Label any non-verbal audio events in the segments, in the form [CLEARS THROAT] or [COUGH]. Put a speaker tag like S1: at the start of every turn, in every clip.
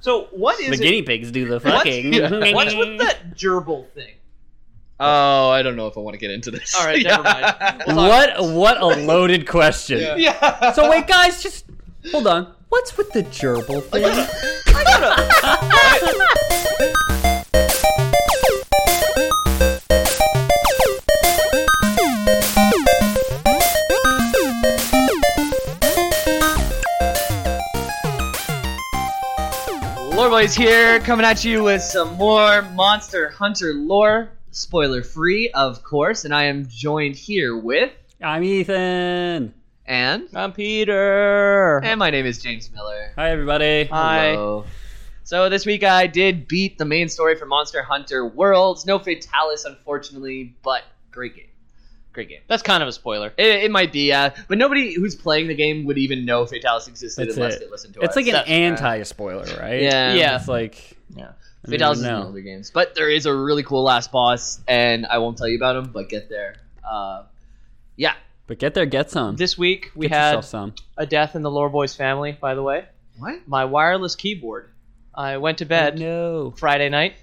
S1: So what is
S2: the
S1: it-
S2: guinea pigs do the
S1: what's-
S2: fucking. [LAUGHS]
S3: [LAUGHS]
S1: What's, with that gerbil thing?
S3: Oh, I don't know if I want to get into this. [LAUGHS]
S1: All right, never
S2: [LAUGHS]
S1: mind. We'll talk-
S2: What what a loaded question.
S1: Yeah.
S2: So wait, guys, just hold on. What's with the gerbil thing?
S3: Loreboys
S1: here coming at you with some more Monster Hunter lore, spoiler free, of course, and I am joined here with
S2: I'm Ethan.
S1: Anne,
S3: I'm Peter.
S1: and my name is James Miller.
S2: Hi everybody.
S1: Hi.
S3: Hello.
S1: So this week I did beat the main story for Monster Hunter Worlds. No Fatalis, unfortunately, but great game. Great game.
S3: That's kind of a spoiler.
S1: It, it might be, yeah, but nobody who's playing the game would even know Fatalis existed
S2: That's
S1: unless
S2: it.
S1: they listened to
S2: It's
S1: us. uh,
S2: like an
S1: That's-
S2: anti-spoiler, right?
S1: Yeah.
S3: Yeah.
S2: It's like
S1: Yeah.
S2: I mean,
S1: Fatalis is in
S2: no.
S1: older games, but there is a really cool last boss, and I won't tell you about him, but get there. Uh, yeah,
S2: But get there, get some.
S3: This week we
S2: get
S3: had
S2: yourself some.
S3: a death in the Loreboys family. By the way,
S1: What?
S3: my wireless keyboard. I went to bed
S2: No.
S3: Friday night,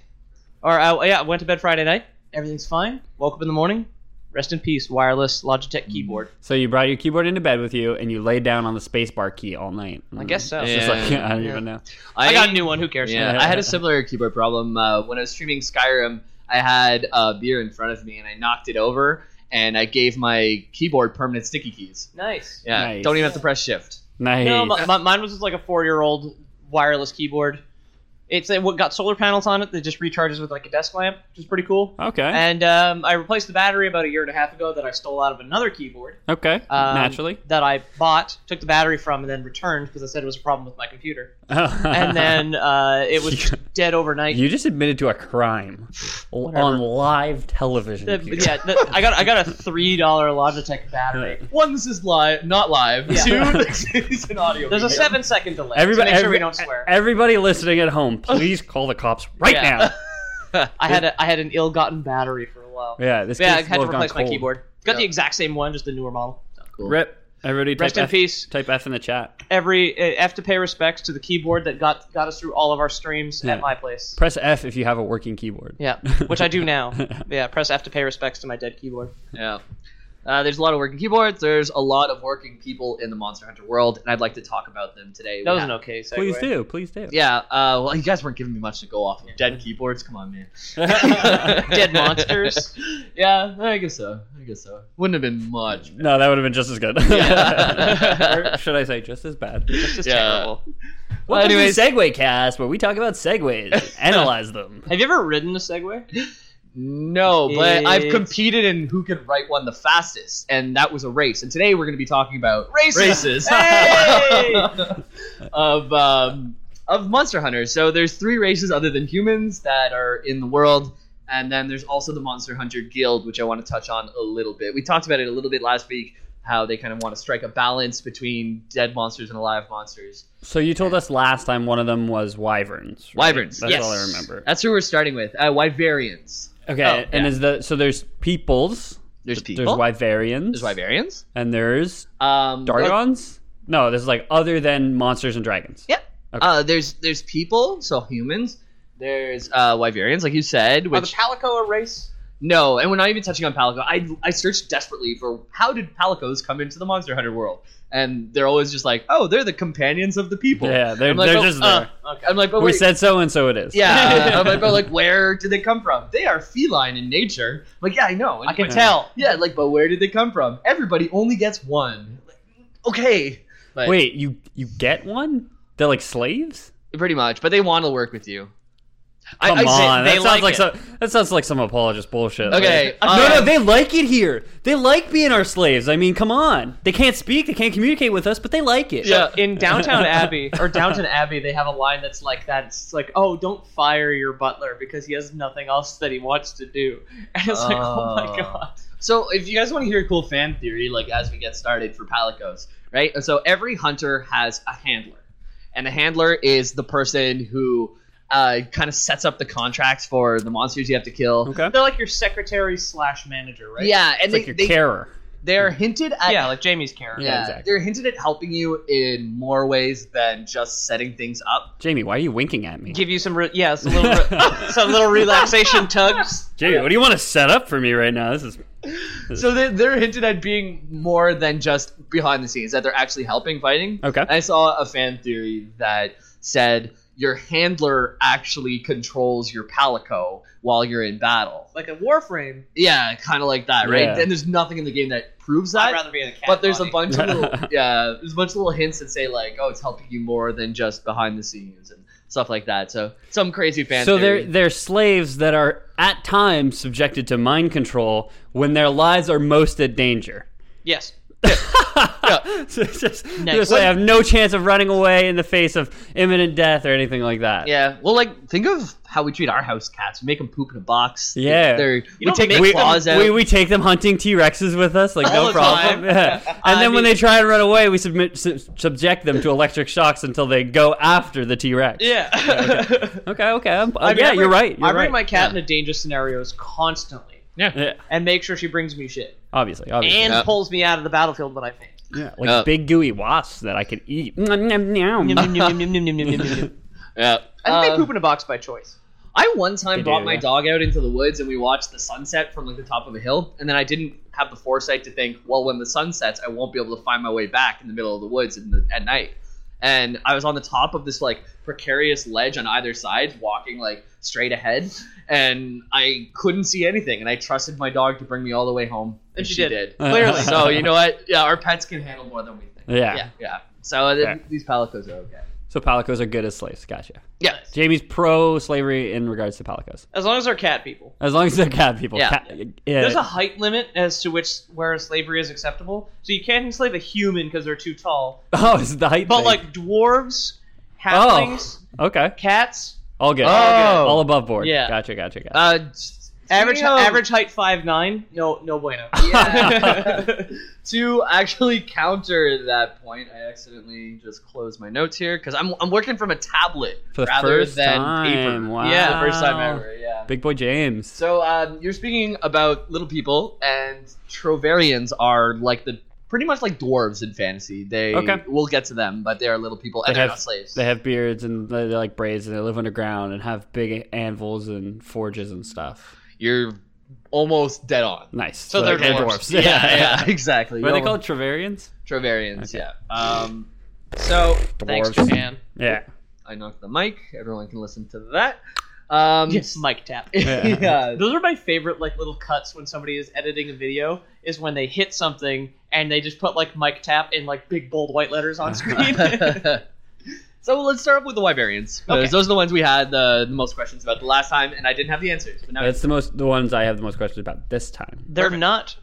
S3: or I, yeah, I went to bed Friday night. Everything's fine. Woke up in the morning. Rest in peace, wireless Logitech keyboard.
S2: So you brought your keyboard into bed with you, and you laid down on the spacebar key all night.
S3: I guess so.
S2: It's just like [LAUGHS] I don't even know.
S3: I got a new one. Who cares?
S1: Yeah, I had a similar keyboard problem uh, when I was streaming Skyrim. I had a beer in front of me and I knocked it over and I gave my keyboard permanent sticky keys.
S3: Nice.
S1: Yeah,
S2: Nice.
S1: don't even have to press shift. [LAUGHS]
S2: Nice.
S3: No, my, my, mine was just like a four-year-old wireless keyboard. It's uh, what got solar panels on it that just recharges with like a desk lamp, which is pretty cool.
S2: okay.
S3: And um, I replaced the battery about a year and a half ago that I stole out of another keyboard
S2: okay.
S3: um,
S2: Naturally.
S3: that I bought, took the battery from, and then returned because I said it was a problem with my
S2: [LAUGHS]
S3: computer. And then uh, it was just dead overnight.
S2: You just admitted to a crime on live television. [LAUGHS]
S3: The-
S2: Peter.
S3: yeah, the, I got I got a three dollar Logitech
S2: [LAUGHS]
S3: battery.
S1: One, this is live, not
S3: [LAUGHS]
S1: live.
S3: Yeah.
S1: Two, this is an audio.
S3: There's a
S1: medium.
S3: seven second delay. Everybody,
S2: Everybody,
S3: make sure
S2: every-
S3: we don't swear.
S2: Everybody listening at home, please call the cops right
S3: Yeah. [LAUGHS]
S2: now.
S3: I had a, I had an ill-gotten battery for a while.
S2: Yeah, this
S3: Yeah, I
S2: case
S3: had to
S2: will have gone
S3: replace my
S2: cold.
S3: keyboard. Got
S1: Yeah.
S3: the exact same one, just the newer model.
S1: Cool.
S2: Rip. Everybody,
S3: Rest
S2: type
S3: in
S2: F,
S3: peace.
S2: Type F in the chat.
S3: Every uh, have to pay respects to the keyboard that got got us through all of our streams
S2: Yeah.
S3: at my place.
S2: Press F if you have a working keyboard. [LAUGHS]
S3: Yeah, which I do now. Yeah, press F to pay respects to my dead keyboard.
S1: Yeah. Uh, there's a lot of working keyboards. There's a lot of working people in the Monster Hunter world, and I'd like to talk about them today.
S3: That
S1: We
S3: was
S1: have-
S3: an okay segue.
S2: Please do. Please do.
S1: Yeah. Uh, well, you guys weren't giving me much to go off of. Dead keyboards. Come on, man.
S3: [LAUGHS] Dead monsters.
S1: Yeah, I guess so. I guess so. Wouldn't have been much.
S2: [LAUGHS] No, that would have been just as good.
S3: [LAUGHS]
S2: [LAUGHS]
S1: Yeah.
S2: or should I say, just as bad?
S3: It's just
S1: Yeah.
S3: terrible.
S2: Welcome
S1: anyways-
S2: to Segway Cast, where we talk about segways, and analyze them.
S3: [LAUGHS] Have you ever ridden a Segway?
S1: No, but I've
S3: It's-
S1: competed in who can write one the fastest, and that was a race. And today we're going to be talking about races, [LAUGHS]
S3: Hey!
S1: of um, of monster hunters. So there's three races other than humans that are in the world, and then there's also the Monster Hunter Guild, which I want to touch on a little bit. We talked about it a little bit last week, how they kind of want to strike a balance between dead monsters and alive monsters.
S2: So you told us last time one of them was wyverns. right?
S1: Wyverns.
S2: That's
S1: yes.
S2: all I remember.
S1: That's who we're starting with. Uh, Wyverians.
S2: Okay,
S1: Oh,
S2: and
S1: yeah.
S2: is the so there's peoples,
S1: There's people.
S2: there's wyverns,
S1: There's Wyverians.
S2: and there's
S1: Um,
S2: Dargons? No, this is like other than monsters and dragons.
S1: Yep.
S2: Okay.
S1: Uh, there's there's people, so humans. There's uh, Wyverians, like you said.
S3: Are
S1: Which
S3: the Palico a race?
S1: no, and we're not even touching on Palico. I I searched desperately for how did Palicos come into the Monster Hunter world, and they're always just like, oh, they're the companions of the people.
S2: Yeah, they're,
S1: I'm like,
S2: they're
S1: oh,
S2: just
S1: uh,
S2: there.
S3: Okay.
S1: I'm like, but
S2: we
S1: wait,
S2: said so and so it is. [LAUGHS]
S1: yeah. uh, I'm like, but like, where did they come from? They are feline in nature. I'm like, yeah, I know. And
S3: I can
S1: like,
S2: Uh,
S3: tell.
S1: Yeah, like, but where did they come from? Everybody only gets one. Like, okay. But,
S2: Wait, you you get one? They're like slaves?
S1: pretty much. But they want to work with you. I-
S2: Come
S1: I- they-
S2: on,
S1: they
S2: that sounds
S1: like
S2: like
S1: it.
S2: some that sounds like some apologist bullshit.
S1: Okay,
S2: Like,
S1: uh,
S2: no, no, they like it here. They like being our slaves. I mean, come on, they can't speak, they can't communicate with us, but they like it.
S1: Yeah.
S3: in downtown Abbey or downtown Abbey, they have a line that's like that. It's like, oh, don't fire your butler because he has nothing else that he wants to do. [LAUGHS] And it's like, oh
S1: Oh.
S3: my god.
S1: So, if you guys want to hear a cool fan theory, like as we get started for Palicos, right? So, every hunter has a handler, and the handler is the person who uh, kind of sets up the contracts for the monsters you have to kill.
S2: Okay.
S3: They're like your secretary slash manager, right?
S1: Yeah, and
S2: It's like
S1: they,
S2: your
S1: they,
S2: carer.
S1: they are hinted at
S3: yeah, like Jamie's character.
S1: Yeah,
S2: exactly.
S1: they're hinted at helping you in more ways than just setting things up.
S2: Jamie, why are you winking at me?
S3: Give you some, re- yeah, some little, re- some little relaxation tugs.
S2: Jamie, what do you want to set up for me right now? This is
S1: So they're, they're hinted at being more than just behind the scenes, that they're actually helping fighting.
S2: okay.
S1: I saw a fan theory that said your handler actually controls your palico while you're in battle.
S3: Like a Warframe.
S1: Yeah, kind of like that, right?
S2: Yeah.
S1: And there's nothing in the game that proves
S3: I'd
S1: that.
S3: rather be in a cat.
S1: But there's a
S3: body.
S1: bunch of little,
S2: [LAUGHS]
S1: yeah, there's a bunch of little hints that say like, oh, it's helping you more than just behind the scenes and stuff like that. So some crazy fan.
S2: So
S1: theory.
S2: they're they're slaves that are at times subjected to mind control when their lives are most at danger.
S3: Yes.
S2: [LAUGHS] so it's just,
S3: Next.
S2: just like, have no chance of running away in the face of imminent death or anything like that.
S1: Yeah, well, like think of how we treat our house cats. We make them poop in a box.
S2: Yeah.
S1: They're- we
S3: don't
S1: take
S3: make
S1: their
S2: We,
S1: claws out.
S2: we, we take them hunting T Rexes with us, like
S3: All
S2: no
S3: the
S2: problem.
S3: time.
S2: [LAUGHS] Yeah. And then when they try and run away, we submit, su- subject them to electric shocks until they go after the T Rex.
S3: Yeah.
S2: Okay. Okay. I'm, uh,
S3: I mean,
S2: yeah,
S3: I bring-
S2: you're right. You're
S3: I bring
S2: right.
S3: my cat into dangerous scenarios constantly
S2: yeah,
S3: and make sure she brings me shit
S2: obviously, obviously.
S3: and
S1: Yeah.
S3: pulls me out of the battlefield when I faint.
S2: Yeah, like
S1: Uh,
S2: big gooey wasps that I can eat. Nom, nom, nom.
S3: Yum, yum, yum, yum, yum, yum, yum, yum, yum.
S1: yeah.
S3: I think they
S1: Um,
S3: poop in a box by choice.
S1: I one time
S2: They
S1: brought
S2: do,
S1: my
S2: yeah.
S1: dog out into the woods and we watched the sunset from like the top of a hill, and then I didn't have the foresight to think, well, when the sun sets, I won't be able to find my way back in the middle of the woods in the, at night. And I was on the top of this like precarious ledge on either side, walking like straight ahead, and I couldn't see anything. And I trusted my dog to bring me all the way home, and, she, did.
S2: Clearly.
S1: so you know what? Yeah, our pets can handle more than we think.
S2: [LAUGHS] Uh, Yeah.
S1: yeah. So th-
S2: Yeah.
S1: these palicos are okay.
S2: So palicos are good as slaves. Gotcha.
S1: Yeah.
S2: Jamie's pro slavery in regards to palicos,
S3: As long as they're cat people.
S2: as long as they're cat people.
S1: Yeah.
S2: Cat- yeah.
S3: There's a height limit as to which where slavery is acceptable. So you can't enslave a human because they're too tall.
S2: [LAUGHS] oh, it's the height.
S3: But
S2: thing.
S3: like dwarves, halflings,
S2: okay,
S3: cats,
S2: all good.
S1: Oh.
S2: all above board.
S3: Yeah.
S2: Gotcha. Gotcha. Gotcha.
S1: Uh,
S3: average
S1: speaking of-
S3: average height five nine. No, no bueno. [LAUGHS]
S2: [LAUGHS]
S1: Yeah. to actually counter that point, I accidentally just closed my notes here because I'm, I'm working from a tablet
S2: For the
S1: rather
S2: first
S1: than
S2: time.
S1: paper.
S2: Wow.
S1: Yeah, the first time ever. Yeah.
S2: Big boy James.
S1: So um, you're speaking about little people, and Trovarians are like the pretty much like dwarves in fantasy. They
S2: Okay.
S1: we'll get to them, but they are little people and
S2: They
S1: they are
S2: have-
S1: not slaves.
S2: they have beards and they're like braids and they live underground and have big anvils and forges and stuff.
S1: you're almost dead on.
S2: Nice.
S3: So they're
S2: [LAUGHS]
S1: dwarves. Yeah, yeah, [LAUGHS] exactly.
S2: What are they
S1: You're
S2: called? Treverians?
S1: Trovarians.
S2: Okay.
S1: Yeah. Um, so
S3: Thanks,
S2: Dwarves.
S3: Japan.
S2: Yeah.
S1: I knocked the mic. Everyone can listen to that. Um,
S3: Yes, mic tap. [LAUGHS]
S1: yeah.
S3: Those are my favorite like little cuts when somebody is editing a video is when they hit something and they just put like mic tap in like big bold white letters on [LAUGHS] screen.
S1: [LAUGHS] so let's start off with the Wyverians. 'cause
S3: Okay.
S1: Those are the ones we had the, the most questions about the last time, and I didn't have the answers. But now
S2: That's the most the ones I have the most questions about this time.
S3: They're
S1: Perfect.
S3: not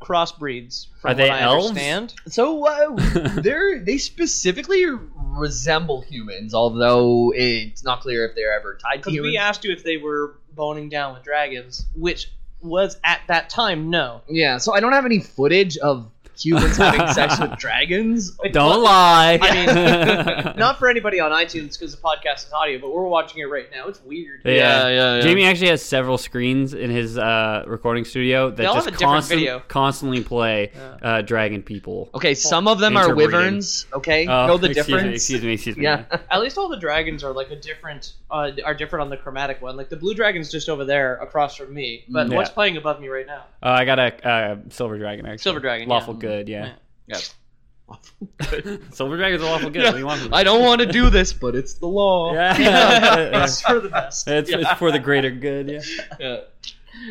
S3: crossbreeds. From
S2: Are they
S3: what
S2: elves?
S3: I understand.
S1: so
S2: [LAUGHS]
S1: uh, they're they specifically resemble humans, although it's not clear if they're ever tied to
S3: Because
S1: humans.
S3: we asked you if they were boning down with dragons, which was at that time no.
S1: yeah, so I don't have any footage of humans having
S2: [LAUGHS]
S1: sex with dragons.
S2: Don't lie.
S3: I
S2: [LAUGHS]
S3: mean, [LAUGHS] Not for anybody on iTunes because the podcast is audio, but we're watching it right now. It's weird.
S2: Yeah.
S1: yeah,
S2: Jamie actually has several screens in his uh, recording studio that
S3: all
S2: just
S3: have a different
S2: constant-
S3: video.
S2: constantly play
S3: Yeah.
S2: uh, Dragon People.
S1: Okay, some of them are
S2: Interbreeding.
S1: wyverns. Okay,
S2: Oh,
S1: Oh, know
S2: [LAUGHS]
S1: the
S2: excuse
S1: difference.
S2: Me, excuse me. Excuse me.
S1: Yeah.
S3: At least all the dragons are like a different uh, are different on the chromatic one. Like the blue dragon's just over there across from me, but
S2: Mm, Yeah.
S3: what's playing above me right now?
S2: Uh, I got a uh, silver dragon. Actually.
S3: Silver dragon.
S2: Lawful good. Yeah. [LAUGHS] silver dragons are lawful good. What do you want? From them?
S1: [LAUGHS] I don't want to do this, but it's the law. [LAUGHS]
S3: Yeah.
S2: Yeah.
S3: it's for the best.
S2: [LAUGHS] It's, it's for the greater good, yeah.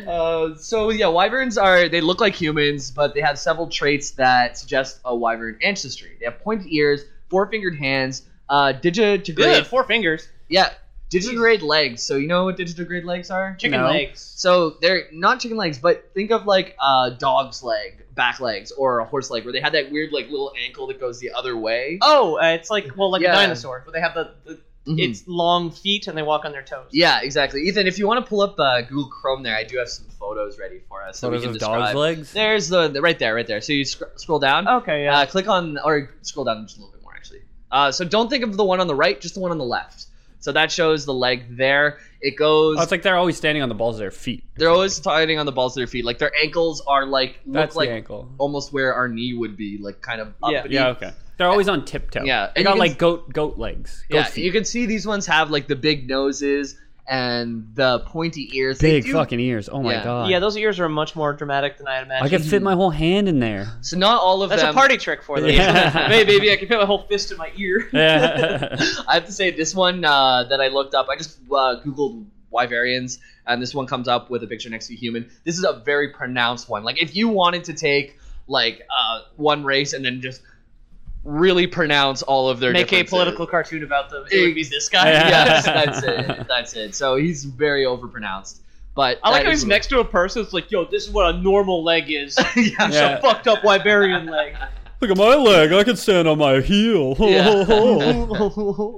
S1: Uh, so yeah, wyverns are they look like humans, but they have several traits that suggest a wyvern ancestry. They have pointed ears, four-fingered hands, uh, digitigrade.
S3: Good. Four fingers.
S1: Yeah, Digitigrade legs. So you know what digitigrade legs are?
S3: Chicken
S2: No.
S3: legs.
S1: So they're not chicken legs, but think of like a dog's leg, back legs, or a horse leg, where they have that weird like little ankle that goes the other way.
S3: Oh, uh, it's like well, like
S1: Yeah.
S3: a dinosaur, but they have the, the
S2: Mm-hmm.
S1: Mhm.
S3: it's long feet and they walk on their toes.
S1: yeah, exactly. Ethan, if you want to pull up uh, Google Chrome, there, I do have some photos ready for us. that we
S2: Photos
S1: can
S2: of
S1: describe.
S2: dogs' legs.
S1: There's the, the right there, right there. So you sc- scroll down.
S3: Okay. Oh, Yeah.
S1: Uh, click on or scroll down just a little bit more actually. Uh, so don't think of the one on the right, just the one on the left. So that shows the leg there. It goes.
S2: Oh, it's like they're always standing on the balls of their feet.
S1: they're always targeting on the balls of their feet. Like their ankles are like look
S2: That's
S1: like
S2: the ankle.
S1: almost where our knee would be, like kind of up.
S3: Yeah.
S1: and-
S2: Yeah, okay. They're always on tiptoe.
S1: Yeah,
S2: they
S1: and you
S2: got
S1: can-
S2: like goat goat legs. Goat
S1: yeah.
S2: feet.
S1: You can see these ones have like the big noses and the pointy ears. They
S2: big
S1: do-
S2: fucking ears. Oh my
S1: Yeah.
S2: god.
S3: yeah. Those ears are much more dramatic than I had imagined.
S2: I could fit my whole hand in
S1: [LAUGHS]
S2: there. [LAUGHS]
S1: So not all of
S3: That's
S1: them.
S3: a party trick for them.
S2: Yeah.
S3: [LAUGHS] hey, baby, I can fit my whole fist in my ear.
S1: I have to say this one uh, that I looked up. I just uh, googled wyverians, and this one comes up with a picture next to a human. This is a very pronounced one. Like if you wanted to take like uh, one race and then just really pronounce all of their
S3: Make a
S1: differences.
S3: political cartoon about them. It would be this guy. [LAUGHS]
S2: Yeah.
S1: yes, that's it. That's it. So he's very overpronounced. But
S3: I like
S1: that
S3: how
S1: is
S3: he's
S1: what-
S3: next to a person. It's like, yo, this is what a normal leg is. [LAUGHS]
S1: [LAUGHS] yeah.
S3: It's a fucked up Wiberian leg.
S2: Look at my leg. I can stand on my heel.
S1: Yeah. [LAUGHS]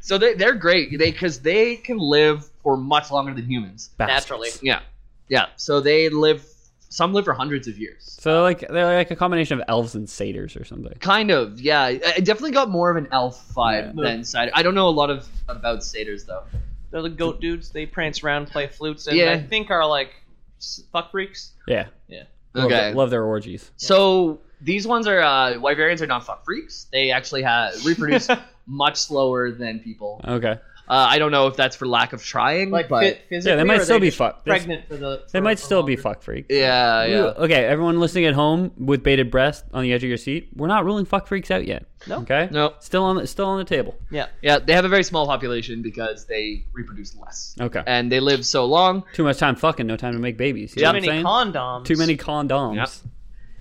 S1: So they they're great. They because they can live for much longer than humans.
S3: Naturally.
S1: Yeah, yeah. So they live. Some live for hundreds of years.
S2: [LAUGHS] So they're like they're like a combination of elves and satyrs or something.
S1: Kind of, yeah. I I definitely got more of an elf vibe
S3: Yeah.
S1: than cider. I don't know a lot of about satyrs though.
S3: [LAUGHS] They're the goat dudes. They prance around, play flutes, and
S1: Yeah.
S3: I think are like s- fuck freaks.
S2: Yeah. Love
S1: Okay,
S2: their- love their orgies.
S1: so these ones are uh, wyverians are not fuck freaks. They actually have
S3: [LAUGHS]
S1: reproduce much slower than people. Uh,
S2: Okay.
S1: I don't know if that's for lack of trying,
S3: Like
S1: but
S3: fit physically.
S2: Yeah, they
S3: or
S2: might
S3: are
S2: still be
S3: just
S2: fucked. They-
S3: Pregnant for the.
S2: They
S3: for-
S2: might
S3: for
S2: still be
S3: longer?
S2: fuck freaks.
S1: yeah,
S2: Ooh,
S1: yeah.
S2: Okay, everyone listening at home with bated breath on the edge of your seat, we're not ruling fuck freaks out yet.
S3: No.
S2: Okay.
S1: No.
S2: Still on the, still on the table.
S3: Yeah.
S1: Yeah, they have a very small population because they reproduce less.
S2: Okay.
S1: And they live so long.
S2: Too much time fucking, no time to make babies. You
S3: Too
S2: know what I'm
S3: many
S2: saying?
S3: condoms.
S2: Too many condoms.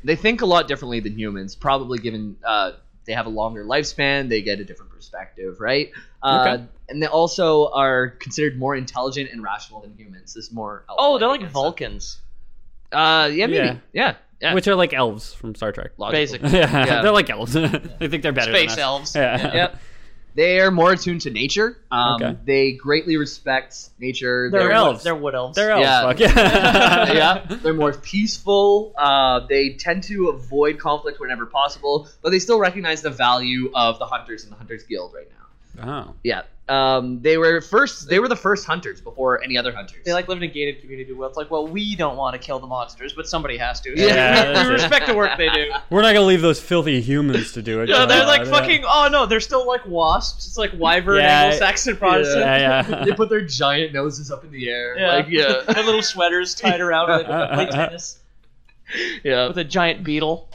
S1: They think a lot differently than humans, probably given uh, they have a longer lifespan, they get a different perspective, right? Uh,
S2: Okay.
S1: And they also are considered more intelligent and rational than humans. This is more.
S3: Oh, they're like
S1: elf-like,
S3: Vulcans.
S1: I guess. Uh, yeah, maybe.
S2: Yeah.
S1: Yeah, yeah.
S2: Which are like elves from Star Trek.
S1: Logical.
S3: Basically.
S2: [LAUGHS] Yeah,
S1: Yeah.
S2: they're like elves. [LAUGHS] they think they're better.
S3: Space
S2: than us. [LAUGHS]
S3: elves.
S2: Yeah.
S1: Yeah. They are more attuned to nature. Um,
S2: Okay.
S1: They greatly respect nature.
S2: They're
S3: They're
S2: elves.
S3: Wood, they're wood elves.
S2: They're elves.
S1: Yeah.
S2: Fuck [LAUGHS] yeah.
S1: [LAUGHS] yeah, they're more peaceful. Uh, they tend to avoid conflict whenever possible, but they still recognize the value of the hunters and the hunters guild right now.
S2: Oh.
S1: Yeah, um, they were first. They were the first hunters before any other hunters. [LAUGHS]
S3: They like live in a gated community. Well, it's like, well, we don't want to kill the monsters, but somebody has to. [LAUGHS]
S1: Yeah,
S3: we,
S2: that's it.
S3: respect the work they
S2: [LAUGHS]
S3: do.
S2: We're not gonna leave those filthy humans to do it.
S3: [LAUGHS] Yeah, they're
S2: God,
S3: like
S2: yeah.
S3: fucking. Oh no, they're still like wasps. It's like wyvern,
S2: Yeah,
S3: Anglo-Saxon, Protestant.
S2: Yeah,
S1: they
S2: yeah.
S1: put their giant noses up in the air.
S3: Yeah.
S1: Like
S3: [LAUGHS]
S1: yeah, [LAUGHS]
S3: Their little sweaters tied around with
S2: [LAUGHS]
S3: play tennis
S1: yeah.
S3: with a giant beetle.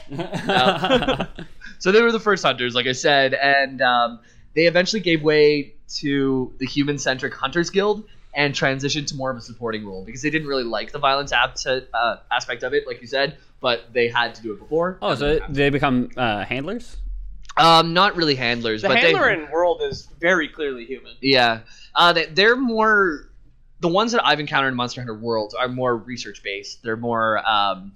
S1: So they were the first hunters, like I said, and um, they eventually gave way to the human-centric hunters guild and transitioned to more of a supporting role because they didn't really like the violence ab- uh, aspect of it, like you said. But they had to do it before.
S2: [LAUGHS] oh, so they become uh, handlers?
S1: Um, not really handlers,
S3: The
S1: but
S3: handler
S1: they,
S3: in world is very clearly human.
S1: Yeah, uh, they, they're more. The ones that I've encountered in Monster Hunter World are more research based. They're more um,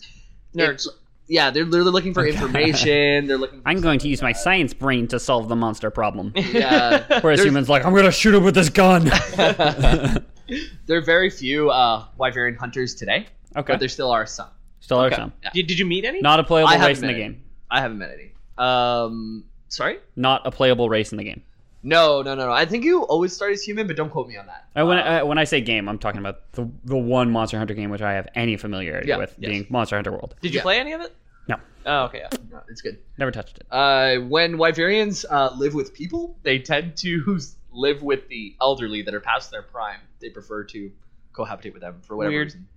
S3: Nerds.
S1: yeah, they're literally looking for information. They're looking. For
S2: I'm going to use my science brain to solve the monster problem.
S1: Yeah,
S2: Whereas
S1: There's-
S2: humans like, I'm gonna shoot him with this gun. [LAUGHS]
S1: there are very few uh, wyvern hunters today, but
S2: okay.
S1: there still are some.
S2: Still are
S3: Okay.
S2: some.
S1: Yeah.
S3: [LAUGHS] Did, did you meet any?
S2: Not a
S1: I
S2: playable
S1: haven't
S2: race in the
S1: been.
S2: game.
S1: I haven't met any. Um, sorry.
S2: Not a playable race in the game.
S1: No, no, no, no. I think you always start as human, but don't quote me on that.
S2: I, when,
S1: Uh,
S2: I, when I say game, I'm talking about the, the one Monster Hunter game which I have any familiarity
S1: Yeah,
S2: with,
S1: yes.
S2: being Monster Hunter World.
S3: Did you
S1: Yeah.
S3: play any of it?
S2: No.
S3: Oh, okay. Yeah.
S1: no, it's good.
S2: Never touched it.
S1: Uh, when Wyverians uh, live with people, they tend to [LAUGHS] live with the elderly that are past their prime. They prefer to cohabitate with them for whatever
S3: Weird.
S1: reason.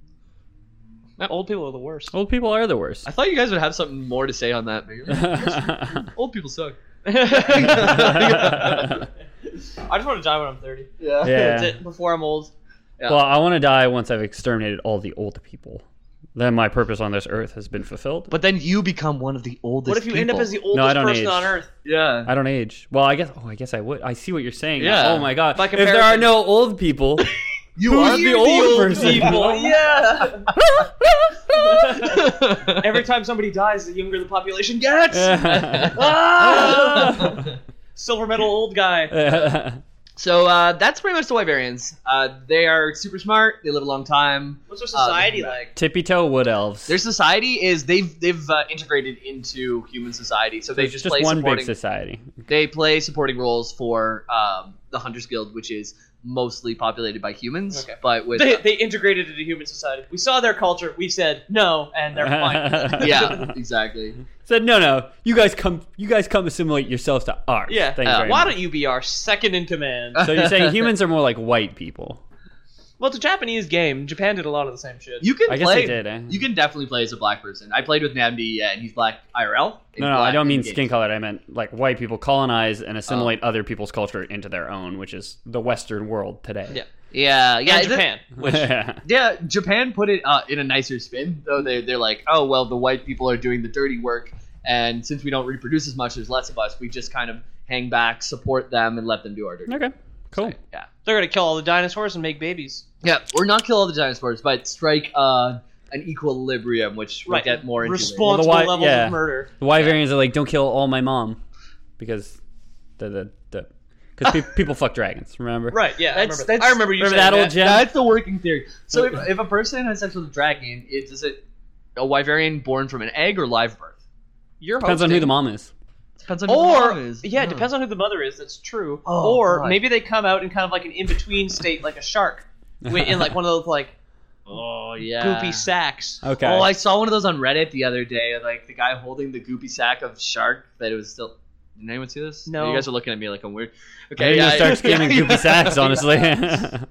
S3: Old people are the worst. [LAUGHS]
S2: [LAUGHS] Old people are the worst.
S1: I thought you guys would have something more to say on that. [LAUGHS] Maybe
S2: [LAUGHS]
S1: old people suck.
S2: well,
S3: I just want to die when I'm 30.
S1: Yeah.
S2: Yeah.
S3: That's it. Before I'm old.
S2: I want to die once I've exterminated all the old people. then my purpose on this earth has been fulfilled.
S1: But then you become one of the oldest.
S3: What if you end up
S1: people.
S3: as the oldest
S2: don't
S3: person
S2: age.
S3: on Earth?
S1: yeah?
S2: I don't age. Well, I guess. Oh, I guess I would. I see what you're saying.
S1: Yeah.
S2: Oh my god.
S3: By
S2: If there are
S3: comparison-
S2: no old
S1: [LAUGHS]
S2: people, [LAUGHS]
S1: You
S2: Who's the old person?
S3: People,
S1: [LAUGHS]
S3: yeah.
S1: person?
S3: Every time somebody dies, the younger the population gets.
S1: Ah!
S3: Silver medal old
S2: Uh,
S3: guy.
S1: so uh, that's pretty much the Wyverians. Uh, they are super smart. They live a long time.
S3: What's our
S1: Uh,
S3: society like?
S2: tippy toe wood elves.
S1: Their society is they've they've uh, integrated into human society, so they
S2: There's
S1: just,
S2: just
S1: play
S2: one big
S1: supporting.
S2: society.
S1: they play supporting roles for um, the Hunters Guild, which is mostly populated by humans,
S3: Okay.
S1: but
S2: [LAUGHS]
S1: with uh,
S3: They, they integrated into human society. We saw their culture. We said no, and
S2: [LAUGHS]
S3: they're fine.
S1: yeah, exactly.
S2: Said no, no. You guys come. You guys come assimilate yourselves to ours.
S3: Yeah.
S2: Thank you
S1: Uh,
S2: very
S3: Why
S2: much. Uh,
S3: don't you be our second in command?
S2: So you're saying humans are more like white people?
S1: [LAUGHS]
S3: well, it's a Japanese game. Japan did a lot of the same shit.
S1: You can
S2: I guess
S1: play.
S2: I did. Eh?
S1: You can definitely play as a black person. I played with Namdi, yeah, and he's black IRL. He's
S2: no, no, I
S1: black Oh.
S2: don't
S1: in
S2: mean
S1: the game.
S2: skin color. I meant like white people colonize and assimilate other people's culture into their own, which is the Western world today. [LAUGHS]
S3: Yeah.
S1: Yeah, yeah,
S3: And
S1: is it-
S3: Japan.
S1: yeah, Japan put it uh, in a nicer spin, though. They they're like, oh well, the white people are doing the dirty work, and since we don't reproduce as much, there's less of us. We just kind of hang back, support them, and let them do our dirty. work.
S2: okay. Cool.
S1: Yeah,
S3: They're gonna kill all the dinosaurs and make babies.
S1: yeah, or not kill all the dinosaurs, but strike uh, an equilibrium, which we'll
S3: Right.
S1: get more into. later.
S3: Responsible
S2: Well, the why-
S3: levels
S2: yeah.
S3: of murder.
S2: The Wyverians are like, don't kill all my mom, because the the the because
S1: [LAUGHS]
S2: pe- people fuck dragons. Remember?
S3: Right. Yeah. I
S1: That's-
S3: remember,
S1: that's-
S3: I remember you
S2: Remember
S3: saying
S2: that old gem?
S1: That's the working theory. So if, if a person has sex with a dragon, it is it a Wyverian born from an egg or live birth?
S3: You're
S2: Depends on who the mom is.
S1: Depends on
S3: or
S1: who the mom is.
S3: yeah, it depends on who the mother is. That's true.
S1: Oh,
S3: or
S1: God.
S3: maybe they come out in kind of like an in between state, like a shark, wi- in like one of those like
S1: Oh yeah.
S3: goopy sacks.
S2: Okay.
S1: Oh, I saw one of those on Reddit the other day. Like the guy holding the goopy sack of shark that it was still. Did anyone see this?
S3: No.
S1: You guys are looking at me like I'm
S2: I
S1: weird. Okay.
S2: think
S1: yeah,
S2: I'll start scamming
S1: [LAUGHS] yeah,
S2: goopy sacks.
S1: yeah. [LAUGHS]
S2: Honestly.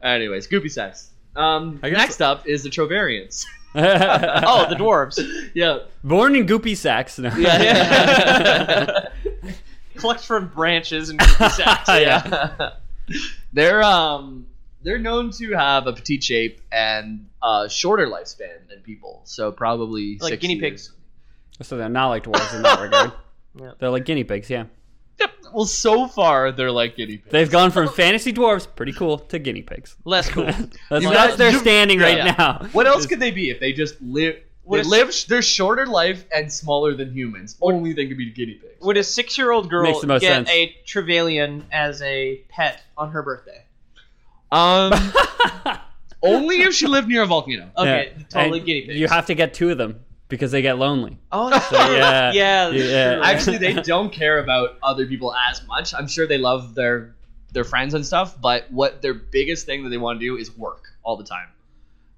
S1: Anyways, goopy sacks. Um,
S2: I guess-
S1: next up is the Trovarians. [LAUGHS]
S3: Oh, the dwarves
S2: [LAUGHS]
S1: yeah.
S2: Born in goopy sacks. No.
S1: Yeah.
S3: [LAUGHS] collect from branches and goopy [LAUGHS] sacks.
S1: [LAUGHS]
S2: [LAUGHS]
S1: yeah. they're um they're known to have a petite shape and a shorter lifespan than people. So probably
S3: Like
S1: 60
S3: guinea
S1: or
S3: pigs.
S1: something.
S2: [LAUGHS] so they're not like dwarves in that
S1: [LAUGHS]
S2: regard.
S3: Yeah.
S2: They're like guinea pigs. Yeah.
S1: Yep. Well, so far they're like guinea pigs.
S2: They've gone from fantasy dwarves, pretty cool, to guinea pigs.
S3: Less cool.
S2: That's,
S1: You
S2: that's
S1: got-
S2: their
S1: you-
S2: standing
S1: yeah,
S2: right
S1: yeah. [LAUGHS]
S2: now. [LAUGHS]
S1: What else could they be if they just live?
S3: What
S1: They
S3: is-
S1: live. They're shorter life and smaller than humans. Only they could be guinea
S3: [LAUGHS]
S1: pigs.
S3: Would a six-year-old girl
S2: Makes the most
S3: get
S2: sense.
S3: a Trevalian as a pet on her birthday?
S1: Um, [LAUGHS] only if she lived near a volcano.
S3: [LAUGHS]
S1: Uh,
S3: Okay,
S2: Yeah.
S3: totally
S2: And
S3: guinea pigs.
S2: You have to get two of them because they get lonely.
S3: oh, that's
S2: So,
S3: true.
S2: yeah.
S3: [LAUGHS] yeah, that's
S2: Yeah.
S3: true.
S1: Actually, they don't care about other people as much. I'm sure they love their their friends and stuff, but what their biggest thing that they want to do is work all the time.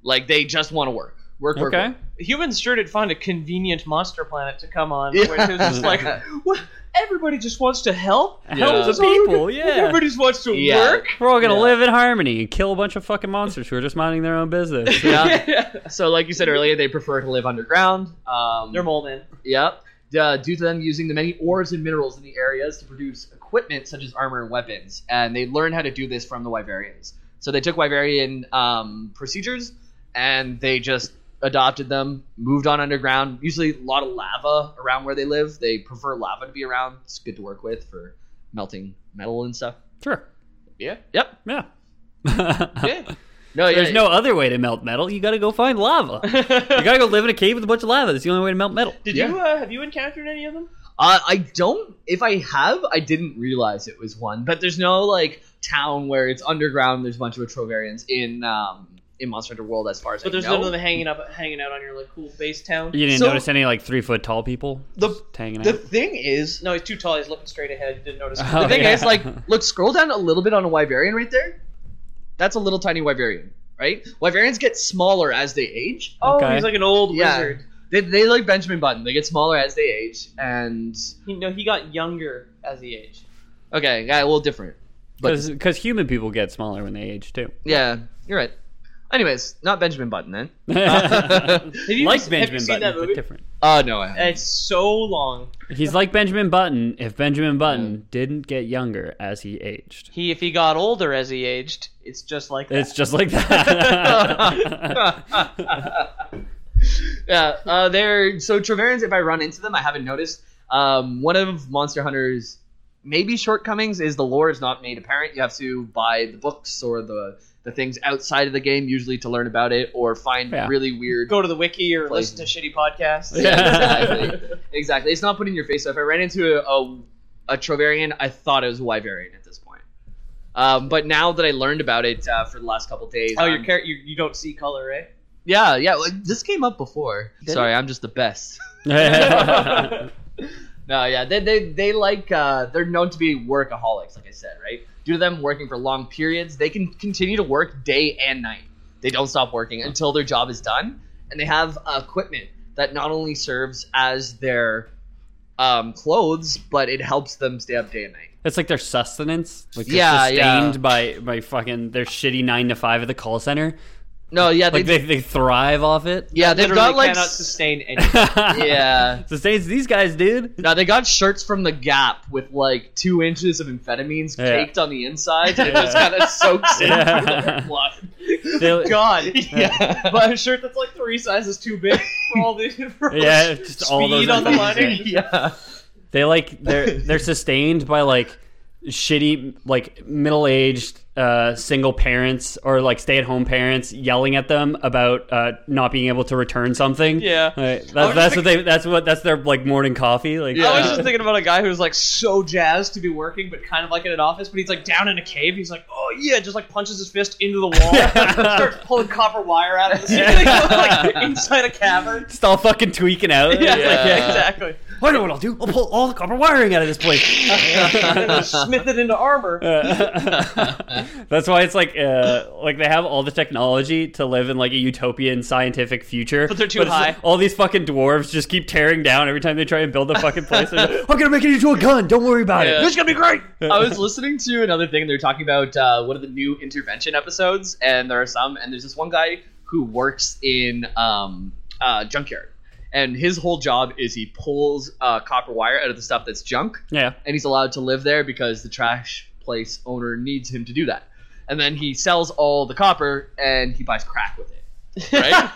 S1: Like they just want to work, work, work.
S2: Okay.
S1: work.
S3: humans sure did find a convenient monster planet to come on,
S1: Yeah.
S3: which is just like, [LAUGHS] what? everybody just wants to help.
S2: Help
S1: [LAUGHS]
S2: the
S3: So we
S2: people,
S3: could-
S2: yeah.
S3: Everybody just wants to
S1: Yeah.
S3: work.
S2: We're all gonna
S1: Yeah.
S2: live in harmony and kill a bunch of fucking monsters who are just minding their own
S1: [LAUGHS]
S3: [LAUGHS]
S2: business. [LAUGHS]
S1: Yeah. So, like you said earlier, they prefer to live underground. Um,
S3: They're mole men.
S1: Yep. Uh, due to them using the many ores and minerals in the areas to produce equipment such as armor and weapons, and they learned how to do this from the Wyverians. So they took Wyverian um, procedures and they just adopted them, moved on underground. Usually a lot of lava around where they live. They prefer lava to be around. It's good to work with for melting metal and stuff.
S2: sure.
S1: Yeah. Yep.
S2: Yeah. [LAUGHS]
S1: Yeah. No, yeah,
S2: There's no other way to melt metal. You gotta go find lava. [LAUGHS]
S1: [LAUGHS]
S2: you gotta go live in a cave with a bunch of lava. That's the only way to melt metal.
S3: Did
S1: Yeah.
S3: you uh, have you encountered any of them?
S1: Uh, I don't. If I have, I didn't realize it was one. But there's no like town where it's underground. There's a bunch of Trovarians in um in Monster Hunter World, as far as
S3: But
S1: I
S3: there's
S1: know.
S3: none of them hanging up, hanging out on your like cool base town.
S2: You didn't
S1: So-
S2: notice any like three foot tall people
S1: The-
S2: just hanging
S1: the
S2: out.
S1: thing is,
S3: No, he's too tall. He's looking straight ahead. You didn't notice.
S2: [LAUGHS] Oh,
S1: the thing
S2: yeah.
S1: is, [LAUGHS] like, look, scroll down a little bit on a Wyverian right there. That's a little tiny Wyverian, right? Wyverians get smaller as they age.
S3: Oh,
S2: Okay.
S3: he's like an old
S1: Yeah.
S3: wizard.
S1: They, they like Benjamin Button. They get smaller as they age, and
S3: He, no, he got younger as he aged.
S1: okay, yeah, a little different. But
S2: Because human people get smaller when they age too. [LAUGHS]
S1: yeah, you're right. Anyways, not Benjamin Button then.
S3: Have you
S2: like
S3: have
S2: Benjamin
S3: you seen
S2: Button,
S3: that
S2: but
S3: movie?
S2: different.
S1: Oh no, I haven't.
S3: It's so long.
S2: He's like Benjamin Button if Benjamin Button didn't get younger as he aged.
S3: He, if he got older as he aged, it's just like that.
S2: [LAUGHS] It's just like that.
S1: yeah, uh, they're so Traverans. If I run into them, I haven't noticed. Um, one of Monster Hunter's maybe shortcomings is the lore is not made apparent. You have to buy the books or the the things outside of the game usually to learn about it or find
S2: Yeah.
S1: really weird.
S3: Go to the wiki or
S1: Places.
S3: listen to shitty podcasts. [LAUGHS]
S2: Yeah.
S1: [LAUGHS] exactly. exactly. It's not put in your face. So if I ran into a, a, a Trovarian, I thought it was a Wyverian at this point. Um, but now that I learned about it uh, for the last couple days,
S3: Oh,
S1: I'm-
S3: your character, you, you don't see color, right?
S1: yeah, yeah. like, This came up before.
S3: Did
S1: Sorry, I'm just the best.
S2: yeah.
S1: No, yeah, they they, they like uh, they're known to be workaholics, like I said, right? Due to them working for long periods, they can continue to work day and night. They don't stop working until their job is done, and they have uh, equipment that not only serves as their um, clothes, but it helps them stay up day and night.
S2: That's like their sustenance. Like they're
S1: Yeah,
S2: sustained
S1: yeah.
S2: by by fucking their shitty nine to five at the call center.
S1: No, yeah, they,
S2: Like they, they thrive off it. [LAUGHS]
S1: yeah they've
S3: Literally
S1: got like
S3: cannot
S1: s-
S3: sustain any.
S1: [LAUGHS] yeah.
S2: Sustains these guys, dude.
S1: No, they got shirts from the Gap with like two inches of amphetamines
S2: Yeah.
S1: caked on the inside, and it just kind of soaks in
S2: [LAUGHS] Yeah.
S1: [LAUGHS] their blood.
S2: They-
S3: God, [LAUGHS]
S1: [LAUGHS] Yeah.
S3: but a shirt that's like three sizes too big for all
S2: [LAUGHS]
S3: the for
S2: yeah, just all those
S3: speed on the
S2: things,
S3: line.
S2: yeah.
S1: [LAUGHS] yeah.
S2: They like
S3: [LAUGHS]
S2: they're they're sustained by like shitty like middle aged uh, single parents or like stay at home parents yelling at them about uh, not being able to return something.
S3: Yeah.
S2: Like,
S3: I
S2: that,
S3: was
S2: that's
S3: just
S2: what they that's what that's their like morning coffee. Like
S1: Yeah.
S3: I was just thinking about a guy who's like so jazzed to be working, but kind of like in an office. But he's like down in a cave. He's like, oh yeah, just like punches his fist into the wall, [LAUGHS]
S2: [LAUGHS]
S3: starts pulling copper wire out of the ceiling, [LAUGHS] like inside a cavern.
S2: just all fucking tweaking out.
S3: [LAUGHS] Yeah,
S2: It's like,
S1: Yeah.
S3: exactly.
S2: I know what I'll do. I'll pull all the copper wiring out of this place.
S3: And then smith it into armor.
S2: [LAUGHS] That's why it's like, uh, like they have all the technology to live in like a utopian scientific future,
S3: But they're too
S2: it's like
S3: high.
S2: all these fucking dwarves just keep tearing down every time they try and build a fucking place. They're like, I'm gonna make it into a gun. Don't worry about
S1: Yeah.
S2: it.
S3: this is gonna be great.
S1: I was listening to another thing, and they were talking about uh, one of the new intervention episodes, and there are some, and there's this one guy who works in um, uh, junkyard, and his whole job is he pulls uh, copper wire out of the stuff that's junk,
S2: Yeah,
S1: and he's allowed to live there because the trash place owner needs him to do that. And then he sells all the copper, and he buys crack with it, right? [LAUGHS]
S3: [LAUGHS]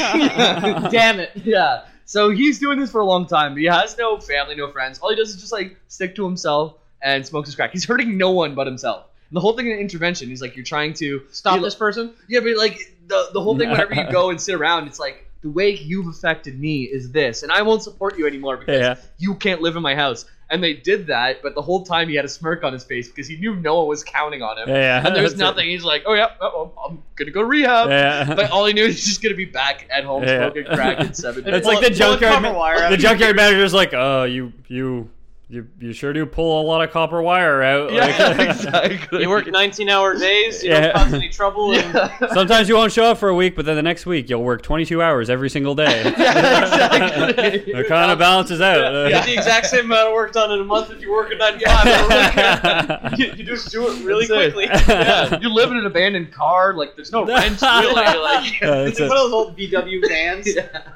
S3: Damn it.
S1: Yeah. So he's doing this for a long time. He has no family, no friends. All he does is just like stick to himself and smokes his crack. He's hurting no one but himself. And the whole thing in intervention is like you're trying to
S3: Stop
S1: Yeah,
S3: this person.
S1: Yeah, but like the the whole thing
S2: [LAUGHS]
S1: whenever you go and sit around, it's like the way you've affected me is this, and I won't support you anymore because
S2: Yeah.
S1: you can't live in my house. And they did that, but the whole time he had a smirk on his face because he knew no one was counting on him.
S2: yeah.
S1: And there's
S2: That's it.
S1: nothing. He's like, oh yeah, oh, I'm gonna go to rehab.
S2: Yeah.
S1: But all he knew is he's just gonna be back at home
S2: Yeah.
S1: smoking crack in seven
S2: it's
S1: minutes.
S2: like
S3: Pull-
S2: the
S3: pull the
S2: junkyard.
S3: copper wire out.
S2: the junkyard manager's like, oh, you, you, you, you sure do pull a lot of copper wire out. Like, [LAUGHS]
S1: yeah, [LAUGHS] exactly.
S3: You work 19-hour days. You don't
S2: Yeah.
S3: cause any trouble. [LAUGHS] And
S2: Sometimes you won't show up for a week, but then the next week you'll work 22 hours every single
S1: [LAUGHS]
S2: day.
S1: exactly.
S2: [LAUGHS] It kind of balances out.
S3: You get the exact same amount of work done in a month if you work a nine to five.
S2: [LAUGHS]
S3: but really, you, you just do it really
S1: That's it.
S3: quickly.
S1: [LAUGHS] Yeah, you live in an abandoned car. Like there's
S2: [LAUGHS]
S1: no rent really.
S3: [LAUGHS]
S1: Like
S2: Uh,
S3: It's
S2: it's
S3: like
S2: a-
S3: one of those old [LAUGHS] VW vans.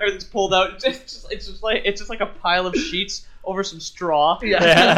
S3: Everything's pulled out. It's just, it's just- it's just like it's just like a pile of sheets over some straw.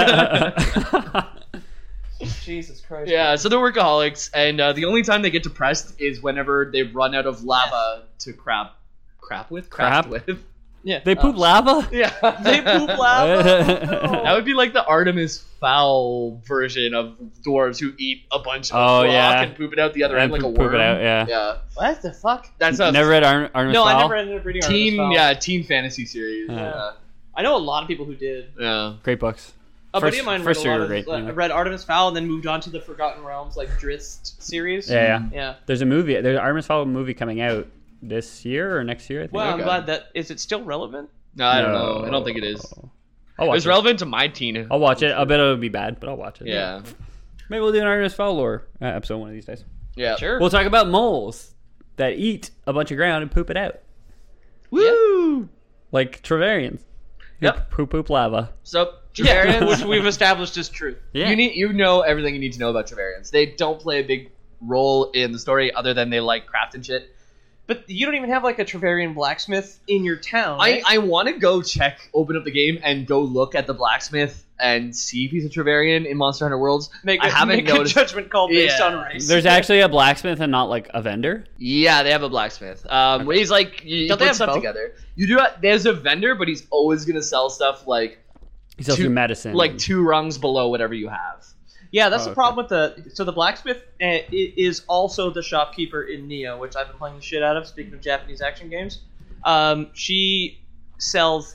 S2: yeah.
S3: [LAUGHS] Jesus Christ.
S1: yeah. So they're workaholics, and uh, the only time they get depressed is whenever they run out of lava to crap, crap with, craft
S2: Crap?
S1: with.
S2: [LAUGHS]
S1: [LAUGHS]
S2: they poop lava?
S1: Oh. Yeah,
S3: They poop
S2: [LAUGHS]
S3: lava. Oh,
S1: That
S3: no. [LAUGHS]
S1: would be like the Artemis Fowl version of dwarves who eat a bunch of
S2: Oh,
S1: rock
S2: yeah.
S1: and poop it out the other
S2: And
S1: end like a
S2: poop,
S1: worm.
S2: poop it out, yeah.
S1: Yeah,
S3: What the fuck?
S1: that's a
S2: Never read Arm, Arm
S3: No, I never ended up reading Artemis
S1: teen,
S3: Fowl.
S1: yeah, teen fantasy series.
S2: Yeah.
S3: I know a lot of people who did.
S1: yeah. yeah.
S2: Great books.
S3: A
S2: First-
S3: buddy of mine read,
S2: first
S3: a lot
S2: year
S3: of,
S2: grade,
S3: like,
S2: yeah.
S3: read Artemis Fowl and then moved on to the Forgotten Realms, like Drizzt series.
S2: Yeah, yeah.
S3: Yeah.
S2: Mm. There's a movie. There's an Artemis Fowl movie coming out this year or next year, I think.
S3: Well,
S1: Okay.
S3: I'm glad that is it still relevant?
S1: No, I don't
S2: No.
S1: know. I don't think it is.
S2: I'll
S1: It
S2: watch
S1: was
S2: it. Oh,
S1: relevant to my teen.
S2: I'll watch it. I bet it'll be bad, but I'll watch it.
S1: Yeah.
S2: Maybe we'll do an Artemis Fowl lore uh, episode one of these days.
S1: Yeah.
S3: Sure.
S2: We'll talk about moles that eat a bunch of ground and poop it out.
S1: Woo!
S2: Like Trevarians. who
S1: Yep.
S2: Poop poop lava.
S1: So,
S3: [LAUGHS] [LAUGHS] yeah,
S1: Trevarians,
S3: which we've established is true.
S2: Yeah.
S1: you need you know everything you need to know about Trevarians. They don't play a big role in the story other than they like craft and shit.
S3: But you don't even have like a Treverian blacksmith in your town.
S1: I,
S3: right?
S1: I want to go check, open up the game, and go look at the blacksmith and see if he's a Treverian in Monster Hunter Worlds.
S3: make
S1: I
S3: a,
S1: haven't
S3: make
S1: noticed-
S3: a judgment call based
S1: Yeah.
S3: on race.
S2: There's actually a blacksmith and not like a vendor.
S1: Yeah, they have a blacksmith. Um, he's like you
S3: Don't
S1: put
S3: they have
S1: stuff
S3: both?
S1: together. You do. Have, there's a vendor, but he's always gonna sell stuff like
S2: He sells
S1: Two-
S2: you medicine.
S1: like two rungs below whatever you have.
S3: Yeah, that's
S2: Oh,
S3: the problem with the. So the blacksmith uh, i- is also the shopkeeper in Neo, which I've been playing the shit out of. Speaking of Japanese action games, um, she sells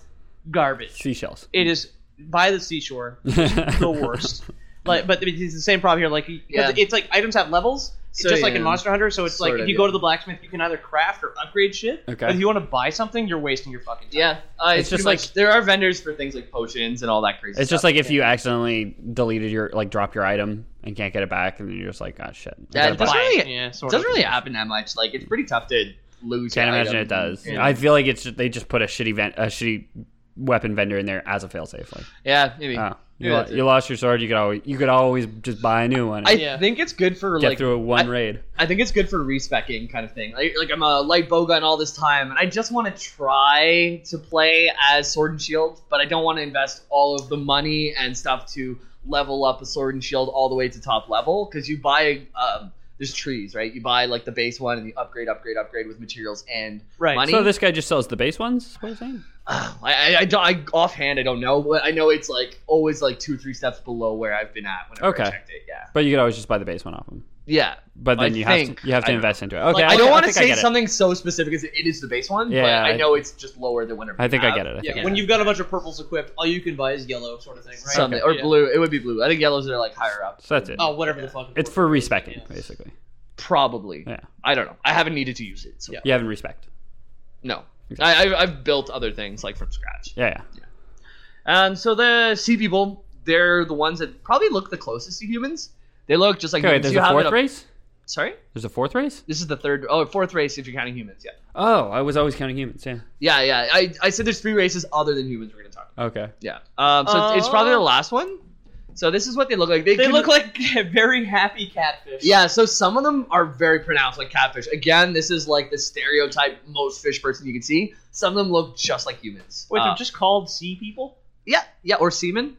S3: garbage.
S2: seashells. [LAUGHS]
S3: It is by the seashore, [LAUGHS] the
S2: the
S3: worst. like, but it's the same problem here. Like, you-
S1: Yeah.
S3: it's like items have levels,
S1: So,
S3: just like in
S1: yeah.
S3: Monster Hunter. So it's
S1: Sort
S3: like
S1: of,
S3: if you go
S1: yeah.
S3: to the blacksmith, you can either craft or upgrade shit.
S2: Okay.
S3: But if you want to buy something, you're wasting your fucking time.
S1: Yeah, uh,
S2: It's
S1: it's,
S2: just
S1: just
S2: like-
S1: like there are vendors for things like potions and all that crazy.
S2: It's just
S1: stuff.
S2: like if you accidentally deleted your like dropped your item and can't get it back, and then you're just like, ah, shit. I
S1: That-
S2: gotta buy
S1: that's-
S2: it."
S1: really-
S3: yeah,
S1: it
S3: sort
S1: doesn't
S3: of.
S1: really happen that much. Like it's pretty tough to lose.
S2: Can't
S1: your
S2: imagine
S1: item.
S2: it does.
S1: Yeah,
S2: I feel like it's just, they just put a shitty vent, a shitty weapon vendor in there as a failsafe. Like,
S1: Yeah, maybe.
S2: oh, you,
S1: Yeah,
S2: lo-
S1: that's it.
S2: you lost your sword. You could always you could always just buy a new one.
S1: I
S2: And
S3: Yeah.
S1: think it's good for
S2: get
S1: like
S2: through a one
S1: I-
S2: raid.
S1: I think it's good for respecking kind of thing. Like, like I'm a light bowgun all this time, and I just want to try to play as Sword and Shield, but I don't want to invest all of the money and stuff to level up a Sword and Shield all the way to top level because you buy um, there's trees, right? You buy like the base one and you upgrade, upgrade, upgrade with materials and
S3: Right.
S1: money.
S2: So this guy just sells the base ones. What are you saying?
S1: I, I, I, don't- I offhand I don't know, but I know it's like always like two or three steps below where I've been at whenever
S2: Okay.
S1: I checked it. Yeah,
S2: But you could always just buy the base one off him.
S1: yeah.
S2: But
S1: I
S2: then you have
S1: think-
S2: to you have to
S1: I-
S2: invest into it. Okay,
S3: Like,
S1: I
S2: okay,
S1: don't want to
S2: think I
S1: say
S2: get it.
S1: something so specific as it is the base one,
S2: Yeah,
S1: but
S2: I-
S1: I know it's just lower than whatever.
S2: I think
S1: we
S2: I
S1: have.
S2: get it, I think
S1: yeah,
S2: I
S3: When
S2: get
S3: you've got a bunch of purples equipped, all you can buy is yellow, sort of thing, right?
S1: something
S2: Okay.
S1: or
S3: Yeah.
S1: blue. It Uh, would be blue. I think yellows are like higher up.
S2: So that's it.
S3: Oh, whatever the fuck.
S2: it's for respecting, basically.
S1: Probably.
S2: Yeah.
S1: I don't know. I haven't needed to use it. So
S3: Yeah.
S2: You haven't respect.
S1: no, I, I, I've built other things like from scratch.
S2: Yeah, yeah.
S1: And so the sea people, they're the ones that probably look the closest to humans. They look just like
S2: Okay, wait,
S1: humans.
S2: there's
S1: You
S2: a
S1: have
S2: fourth
S1: it up-
S2: race.
S1: Sorry,
S2: There's a fourth race.
S1: this is the third. Oh, fourth race if you're counting humans. Yeah.
S2: Oh, I was always counting humans. Yeah.
S1: Yeah, yeah. I, I said there's three races other than humans. We're gonna talk. about.
S2: Okay.
S1: [LAUGHS] Yeah. Um. So it's, it's probably the last one. So this is what they look like. They,
S3: They
S1: can-
S3: look like [LAUGHS] very happy catfish.
S1: Yeah, so some of them are very pronounced like catfish. Again, this is like the stereotype most fish person you can see. Some of them look just like humans.
S3: Wait,
S1: Uh,
S3: they're just called sea people?
S1: yeah, yeah, or seamen.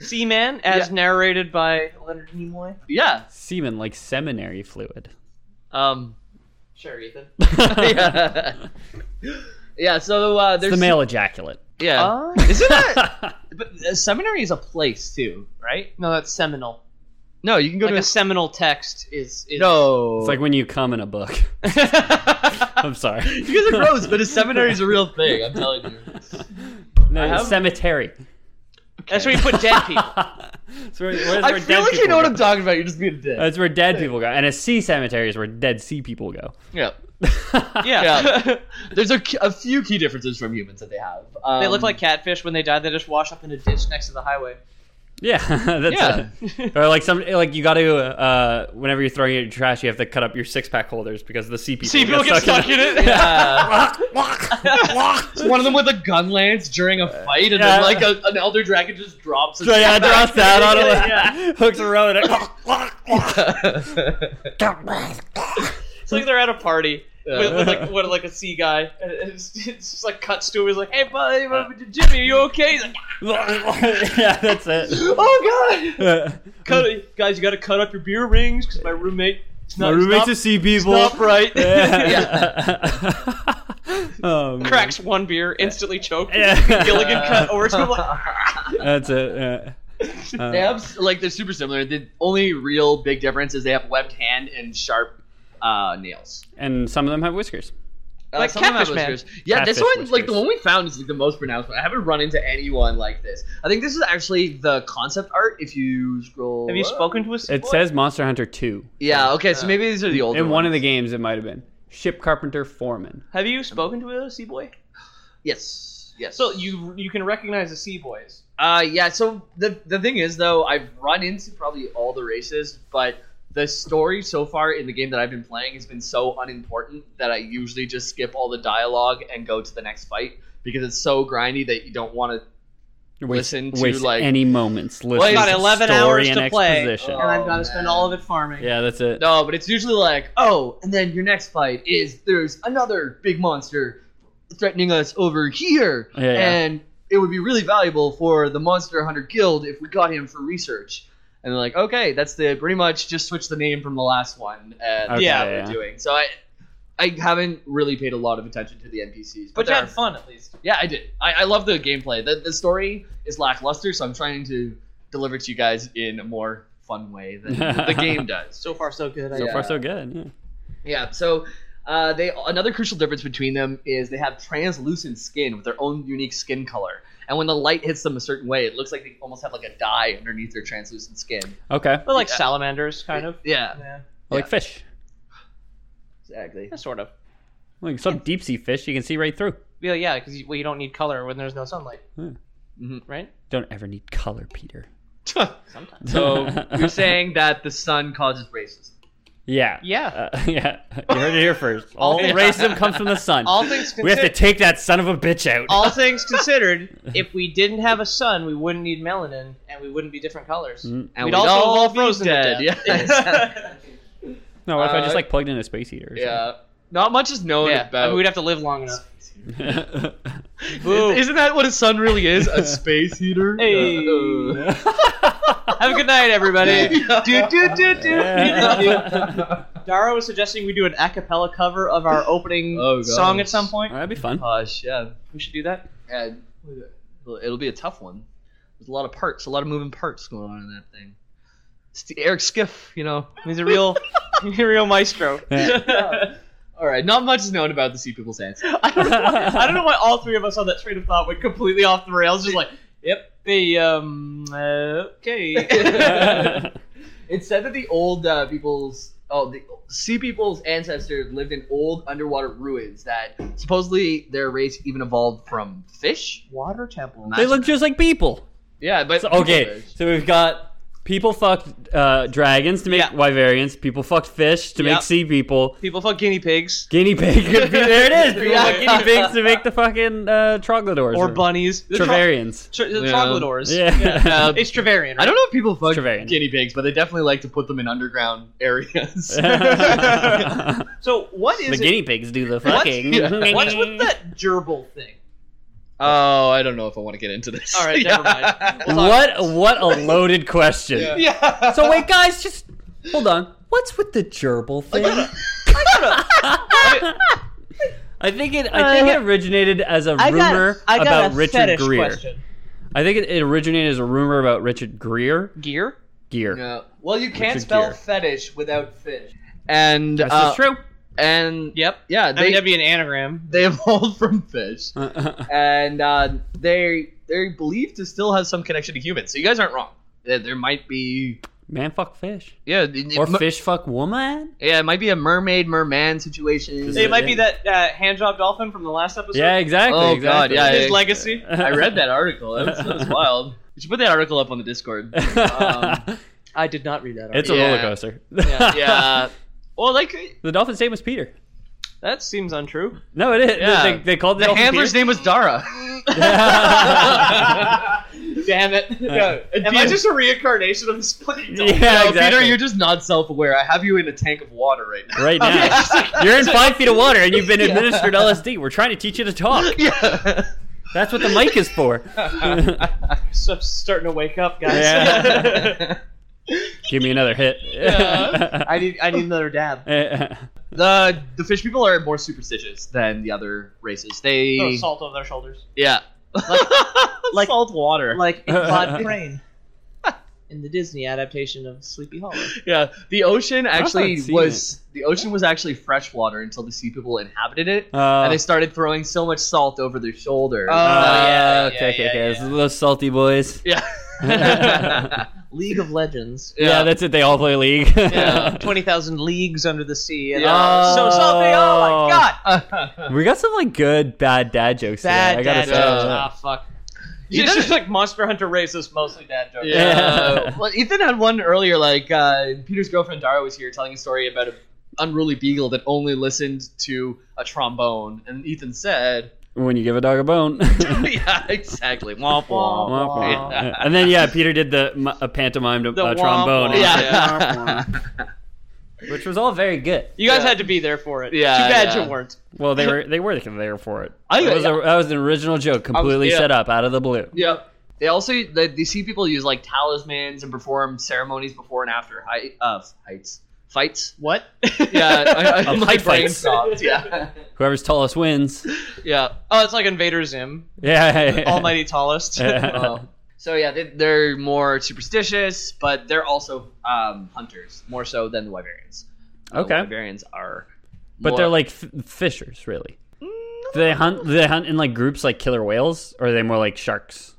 S3: Seaman, as narrated by Leonard Nimoy.
S1: Yeah.
S2: Semen like seminary fluid. [LAUGHS]
S1: Um
S3: Sure, Ethan.
S1: yeah. [LAUGHS] yeah, so uh
S2: It's
S1: there's
S2: the male ejaculate.
S1: Yeah.
S3: Oh.
S1: Isn't that
S2: [LAUGHS]
S1: but uh, seminary is a place too, right?
S3: No, that's seminal.
S1: No, you can go
S3: Like
S1: to
S3: a seminal text is. is
S1: No.
S2: It's like [LAUGHS] when you come in a book. I'm sorry.
S1: [LAUGHS] you guys are gross, but a seminary is a real thing, I'm telling you.
S2: No,
S1: I
S2: it's
S1: have-
S2: cemetery.
S3: That's where you put [LAUGHS]
S2: [LAUGHS]
S3: dead people.
S2: That's where, where's
S1: I
S2: where
S1: feel
S2: dead
S1: like you
S2: people
S1: know what
S2: go.
S1: I'm talking about, you're just being a dick.
S2: That's where
S1: [LAUGHS]
S2: dead people go, and a sea cemetery is where dead sea people go. [LAUGHS]
S1: yeah.
S3: Yeah.
S1: [LAUGHS] There's a, a few key differences from humans that they have. Um,
S3: they look
S1: [LAUGHS]
S3: like catfish. When they die, they just wash up in a ditch next to the highway.
S2: Yeah, [LAUGHS] that's
S1: Yeah.
S2: it. or like some like you got to uh, whenever you're throwing it in trash, you have to cut up your six pack holders because the sea people
S3: Sea people get stuck in it.
S1: Yeah.
S3: [LAUGHS]
S2: it.
S1: One of them with a gun lance during a fight, and
S2: Yeah.
S1: then like a, an elder dragon just drops.
S2: So [LAUGHS] yeah, drops that on it,
S3: Yeah.
S2: [LAUGHS] hooks a road. And
S3: It's like they're at a party
S1: Yeah.
S3: with, with like with like a sea guy, [LAUGHS] and it's, it's just like cuts to him. He's like, "Hey, buddy, Jimmy, are you okay?" He's like,
S2: yeah, that's it.
S3: "Oh God, [LAUGHS]
S2: Uh,
S3: cut it, guys! You got to cut up your beer rings because my roommate, it's
S2: [LAUGHS] my
S3: not, it's
S2: roommate's
S3: not-
S2: a sea people.
S3: not
S2: [LAUGHS]
S1: [LAUGHS]
S3: right."
S2: Yeah. [LAUGHS] Oh, man.
S3: [LAUGHS] Cracks one beer, instantly choked.
S2: [LAUGHS] Yeah.
S3: Gilligan
S1: [LAUGHS]
S3: cut over to him
S2: [LAUGHS]
S3: like,
S2: That's it. Yeah. Uh,
S1: They have like they're super similar. The only real big difference is they have webbed hand and sharp uh, nails.
S2: and some of them have whiskers.
S1: Uh,
S3: Like
S1: some of them have
S3: Catfish Man.
S1: whiskers. Yeah, this
S2: Catfish
S1: one, like the
S2: whiskers.
S1: one we found, is like the most pronounced one. I haven't run into anyone like this. I think this is actually the concept art. If you Uh, scroll,
S3: "Have you
S1: up.
S3: spoken to us?"
S2: It says Monster Hunter Two.
S1: Yeah. Okay. So maybe these are the older.
S2: In one
S1: ones.
S2: of the games, it might have been ship carpenter foreman.
S3: "Have you spoken to a sea boy?"
S1: yes. Yes.
S3: So you you can recognize the sea boys.
S1: Uh, yeah. So the the thing is, though, I've run into probably all the races, but the story so far in the game that I've been playing has been so unimportant that I usually just skip all the dialogue and go to the next fight because it's so grindy that you don't want to
S2: Waste-
S1: listen to,
S2: waste
S1: like-
S2: any moments. Listen
S3: I've got
S2: to
S3: 11
S2: story
S3: hours
S2: and
S3: to play,
S2: exposition.
S3: and I've
S1: Oh,
S3: got to spend
S1: man.
S3: all of it farming.
S2: Yeah, that's it.
S1: No, but it's usually like, oh, and then your next fight is there's another big monster threatening us over here,
S2: Yeah, yeah.
S1: and it would be really valuable for the Monster Hunter Guild if we got him for research. And they're like, okay, that's the pretty much just switch the name from the last one, and
S2: Okay,
S1: yeah, we're
S2: yeah.
S1: doing. So I, I haven't really paid a lot of attention to the NPCs,
S3: But
S1: there
S3: you
S1: are-
S3: had fun at least.
S1: yeah, I did. I, I love the gameplay. The, the story is lackluster, so I'm trying to deliver it to you guys in a more fun way
S2: [LAUGHS]
S1: than the game does.
S3: So far, so good. I
S2: so
S3: guess.
S2: far, so good. Yeah.
S1: Yeah. So uh, they another crucial difference between them is they have translucent skin with their own unique skin color, and when the light hits them a certain way, it looks like they almost have like a dye underneath their translucent skin.
S2: Okay. I
S3: They're like
S1: Yeah.
S3: salamanders, kind of.
S1: Yeah.
S3: Yeah,
S2: like fish.
S1: Exactly.
S3: yeah sort of.
S2: Like some deep sea fish, you can see right through.
S3: Yeah, yeah, because you, well, you don't need color when there's no sunlight,
S1: Mhm.
S3: right?
S2: Don't ever need color, Peter.
S3: Sometimes.
S1: So you're saying that the sun causes racism.
S2: [LAUGHS] Yeah.
S3: Yeah.
S2: Uh, [LAUGHS] yeah. You heard it here first. All
S3: Yeah.
S2: racism comes from the sun.
S3: All things
S2: we have to
S3: considered,
S2: take that son of a bitch out.
S3: all things considered, if we didn't have a sun, we wouldn't need melanin, and we wouldn't be different colors.
S2: Mm.
S1: And
S3: we'd, also
S1: all
S3: all
S1: be
S3: frozen
S1: dead.
S3: To
S1: [LAUGHS] Yeah.
S3: death. [LAUGHS]
S2: no, what if I
S1: uh,
S2: just like plugged in a space heater? or
S1: Yeah. Not much is known
S3: yeah. I
S1: about.
S3: mean, we'd have to live long enough.
S2: something? [LAUGHS]
S3: Boo.
S1: Isn't that what a sun really
S3: [LAUGHS]
S1: is? [LAUGHS] A space heater?
S3: Hey.
S1: Uh, uh.
S3: have a good night, [LAUGHS] everybody. do, do, do, do.
S2: Yeah.
S3: [LAUGHS] Dara was suggesting we do an a cappella cover of our opening
S1: Oh, gosh.
S3: song at some point.
S2: Oh, that'd
S3: [LAUGHS]
S2: be fun.
S1: Gosh, yeah.
S3: We should do that.
S1: Yeah, it'll, it'll be a tough one. There's a lot of parts, a lot of moving parts going on in that thing. St- Eric Skiff, you know.
S3: He's a [LAUGHS] real, he's a real maestro.
S1: All right, not much is known about the Sea People's Dance.
S3: [LAUGHS] I don't, know why, I don't know why all three of us on that train of thought went completely off the rails. Just like, yep, the um, uh, [LAUGHS] okay.
S1: It said that the old uh, people's, oh, the Sea People's ancestors lived in old underwater ruins that supposedly their race even evolved from fish.
S3: Water temple.
S2: they look just like people.
S1: Yeah, but
S2: So, okay, so we've got people fucked uh, dragons to make
S3: Yeah.
S2: wyverians. People fucked fish to
S3: Yeah.
S2: make sea people.
S3: People fuck guinea pigs
S2: Guinea pig. could [LAUGHS] be- there it is. People
S1: Yeah.
S2: fucked guinea pigs to make the fucking uh, troglodors
S3: or bunnies. The tro- [LAUGHS]
S2: Trevarians.
S3: tr- the
S1: Yeah.
S3: troglodors.
S2: Yeah.
S1: [LAUGHS] Yeah.
S3: It's Trevarian.
S1: I
S3: Right?
S1: don't know if people fuck
S2: Trevelyan.
S1: guinea pigs, but they definitely like to put them in underground areas.
S2: [LAUGHS] the
S3: So what is it?
S2: guinea pigs do the
S3: What's-
S2: fucking.
S1: yeah.
S3: What's with that gerbil thing?
S1: Oh, I don't know if I want to get into this.
S3: All right, never mind.
S1: [LAUGHS]
S3: We'll talk-
S2: What what a loaded question.
S3: [LAUGHS]
S1: Yeah.
S3: Yeah.
S2: So wait, guys, just hold on. What's with the gerbil thing?
S3: [LAUGHS]
S2: I think it
S3: Uh,
S2: I think it originated as a rumor about Richard Greer. I think it, it originated as a rumor about Richard Greer.
S3: Gear?
S2: Gear.
S1: Yeah. Well, you can't
S2: Richard
S1: spell
S2: Gere.
S1: fetish without fish. And
S2: That's
S1: uh,
S2: just true.
S1: And
S3: Yep. I
S1: yeah,
S3: mean,
S1: they
S3: that'd be an anagram.
S1: they evolved [LAUGHS] from fish, [LAUGHS] and uh, they they're believed to still have some connection to humans. So you guys aren't wrong. There, there might be
S2: Man fuck fish.
S1: yeah, it- it
S2: Or
S1: mi-
S2: fish fuck woman.
S1: yeah, it might be a mermaid merman situation.
S2: Is
S3: It might be
S2: yeah.
S3: that uh, hand job dolphin from the last episode.
S2: Yeah, exactly.
S1: Oh,
S2: exactly.
S1: God, yeah.
S3: His
S2: [LAUGHS]
S3: legacy.
S1: I read that article. That was, that was wild. You should put that article up on the Discord.
S2: [LAUGHS]
S1: Um,
S3: I did not read that.
S2: it's a
S1: Yeah.
S2: roller coaster.
S1: yeah. Well, like
S2: [LAUGHS] The dolphin's name was Peter.
S3: That seems untrue.
S2: [LAUGHS] No, it is.
S1: Yeah.
S2: They, they called the,
S1: [LAUGHS] the
S2: dolphin
S1: handler's
S2: Peter.
S1: name was Dara.
S3: Damn it.
S2: Yeah.
S3: Am I just a reincarnation of this plane? [LAUGHS]
S2: [LAUGHS] Yeah,
S1: No,
S2: exactly.
S1: Peter, you're just not self-aware. I have you in a tank of water right
S2: [LAUGHS]
S1: now.
S3: [LAUGHS]
S2: right now. You're in five feet of water and you've been administered LSD. We're trying to teach you to talk.
S1: yeah.
S2: [LAUGHS] That's what the mic
S3: [LAUGHS]
S2: is for. [LAUGHS]
S3: So I'm starting to wake up, guys. [LAUGHS]
S2: Yeah. Give me another hit.
S1: Yeah.
S2: [LAUGHS]
S3: I need I need another dab.
S1: the the fish people are more superstitious than the other races. They
S2: Oh,
S3: Throw salt over their shoulders.
S1: yeah.
S3: like-
S1: salt water.
S3: Like
S2: [LAUGHS]
S3: in Claude Crane. In the Disney adaptation of Sleepy Hollow.
S1: yeah, the ocean actually
S2: not seen
S1: was the ocean was actually fresh water until the sea people inhabited it.
S2: Oh.
S1: and they started throwing so much salt over their shoulder.
S2: Ah,
S1: Oh, yeah, yeah,
S2: okay, okay,
S1: yeah,
S2: okay.
S1: yeah.
S2: This is those salty boys.
S1: [LAUGHS] yeah.
S2: yeah.
S3: League of Legends.
S2: that's it. They all play league.
S1: Yeah.
S3: Twenty thousand leagues under the sea. And
S1: Yeah.
S3: oh, so salty. Oh my god.
S1: [LAUGHS]
S2: [LAUGHS]
S1: yeah.
S2: we got some like good bad dad jokes.
S3: Bad
S2: today, I
S3: dad
S2: gotta uh,
S3: jokes. Ah,
S1: joke.
S3: fuck.
S1: You
S3: It's
S1: did
S3: just like Monster Hunter racist, mostly dad jokes.
S1: [LAUGHS] Yeah. well, Ethan had one earlier. Like uh, Peter's girlfriend Dara was here telling a story about an unruly beagle that only listened to a trombone, and Ethan said, [LAUGHS]
S2: say. when you give a dog a bone. [LAUGHS]
S1: yeah, exactly. Womp womp.
S2: Womp, womp. and then yeah, Peter did the mu- a pantomime to,
S3: The
S2: uh,
S3: womp
S2: trombone,
S3: womp.
S2: yeah,
S1: Yeah.
S2: which was all very good.
S3: You guys
S1: Yeah.
S3: had to be there for it.
S1: Yeah,
S3: Too bad
S1: yeah.
S3: you weren't.
S2: Well, they were they were there for it.
S1: I-
S2: that, was a, that was an original joke, completely
S1: yeah.
S2: set up out of the blue.
S1: [LAUGHS] Yep. They also they, they see people use like talismans and perform ceremonies before and after height uh, heights fights.
S3: [LAUGHS] What?
S1: Yeah, I, [LAUGHS] I,
S2: Of
S1: my
S2: height
S1: brain
S2: fights.
S1: stopped. [LAUGHS] Yeah,
S2: Whoever's tallest wins. [LAUGHS]
S1: yeah.
S3: Oh, it's like Invader Zim,
S2: Yeah.
S3: Almighty Tallest.
S1: Oh. So yeah, they, they're more superstitious, but they're also um, hunters more so than the Wyverians. Uh,
S2: Okay.
S1: the Wyverians are,
S2: But
S1: more- Mm,
S2: they're like f- fishers, really. Do they hunt. Do they hunt in like groups, like killer whales, or are they more like sharks?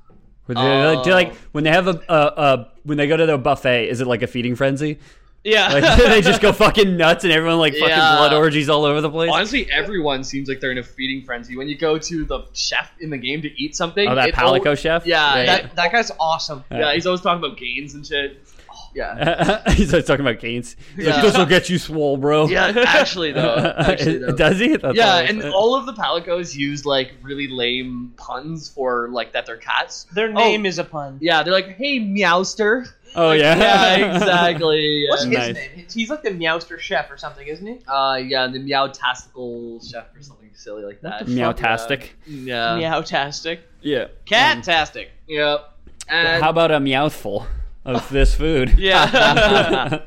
S2: Or Do they, like, do they, like
S1: Oh.
S2: when they have a, a, a when they go to the buffet? Is it like a feeding frenzy?
S3: [LAUGHS] yeah.
S2: Like [LAUGHS] they just
S1: [LAUGHS]
S2: go fucking nuts and everyone like fucking
S1: Yeah.
S2: blood orgies all over the place.
S1: honestly everyone seems like they're in a feeding frenzy. When you go to the chef in the game to eat something,
S2: Oh, that
S1: it al-
S2: Palico chef.
S1: Yeah,
S3: that, that guy's awesome.
S1: yeah, he's always talking about gains and shit. [LAUGHS] Yeah,
S2: [LAUGHS] He's like talking about Keynes. He's
S1: Yeah.
S2: like, "This will get you swole, bro." [LAUGHS]
S1: yeah. Actually though, actually though.
S2: does he? That's
S1: yeah,
S2: all he
S1: and
S2: said.
S1: all of the Palicos use like really lame puns for like that they're cats.
S3: Their name is a pun.
S1: Oh. Yeah, they're like, "Hey, meowster."
S2: oh yeah, [LAUGHS]
S1: yeah, exactly.
S3: What's
S1: Yeah.
S3: his
S2: Nice.
S3: name? He's like the Meowster Chef or something, isn't he?
S1: Uh, yeah, the meowtastical chef or something silly like that.
S2: Meowtastic.
S1: Yeah. Yeah.
S3: Meowtastic.
S2: Yeah.
S3: Catastic.
S1: Yep. And
S2: How about a meowthful of this
S1: [LAUGHS]
S3: [LAUGHS]
S2: food?
S3: Yeah.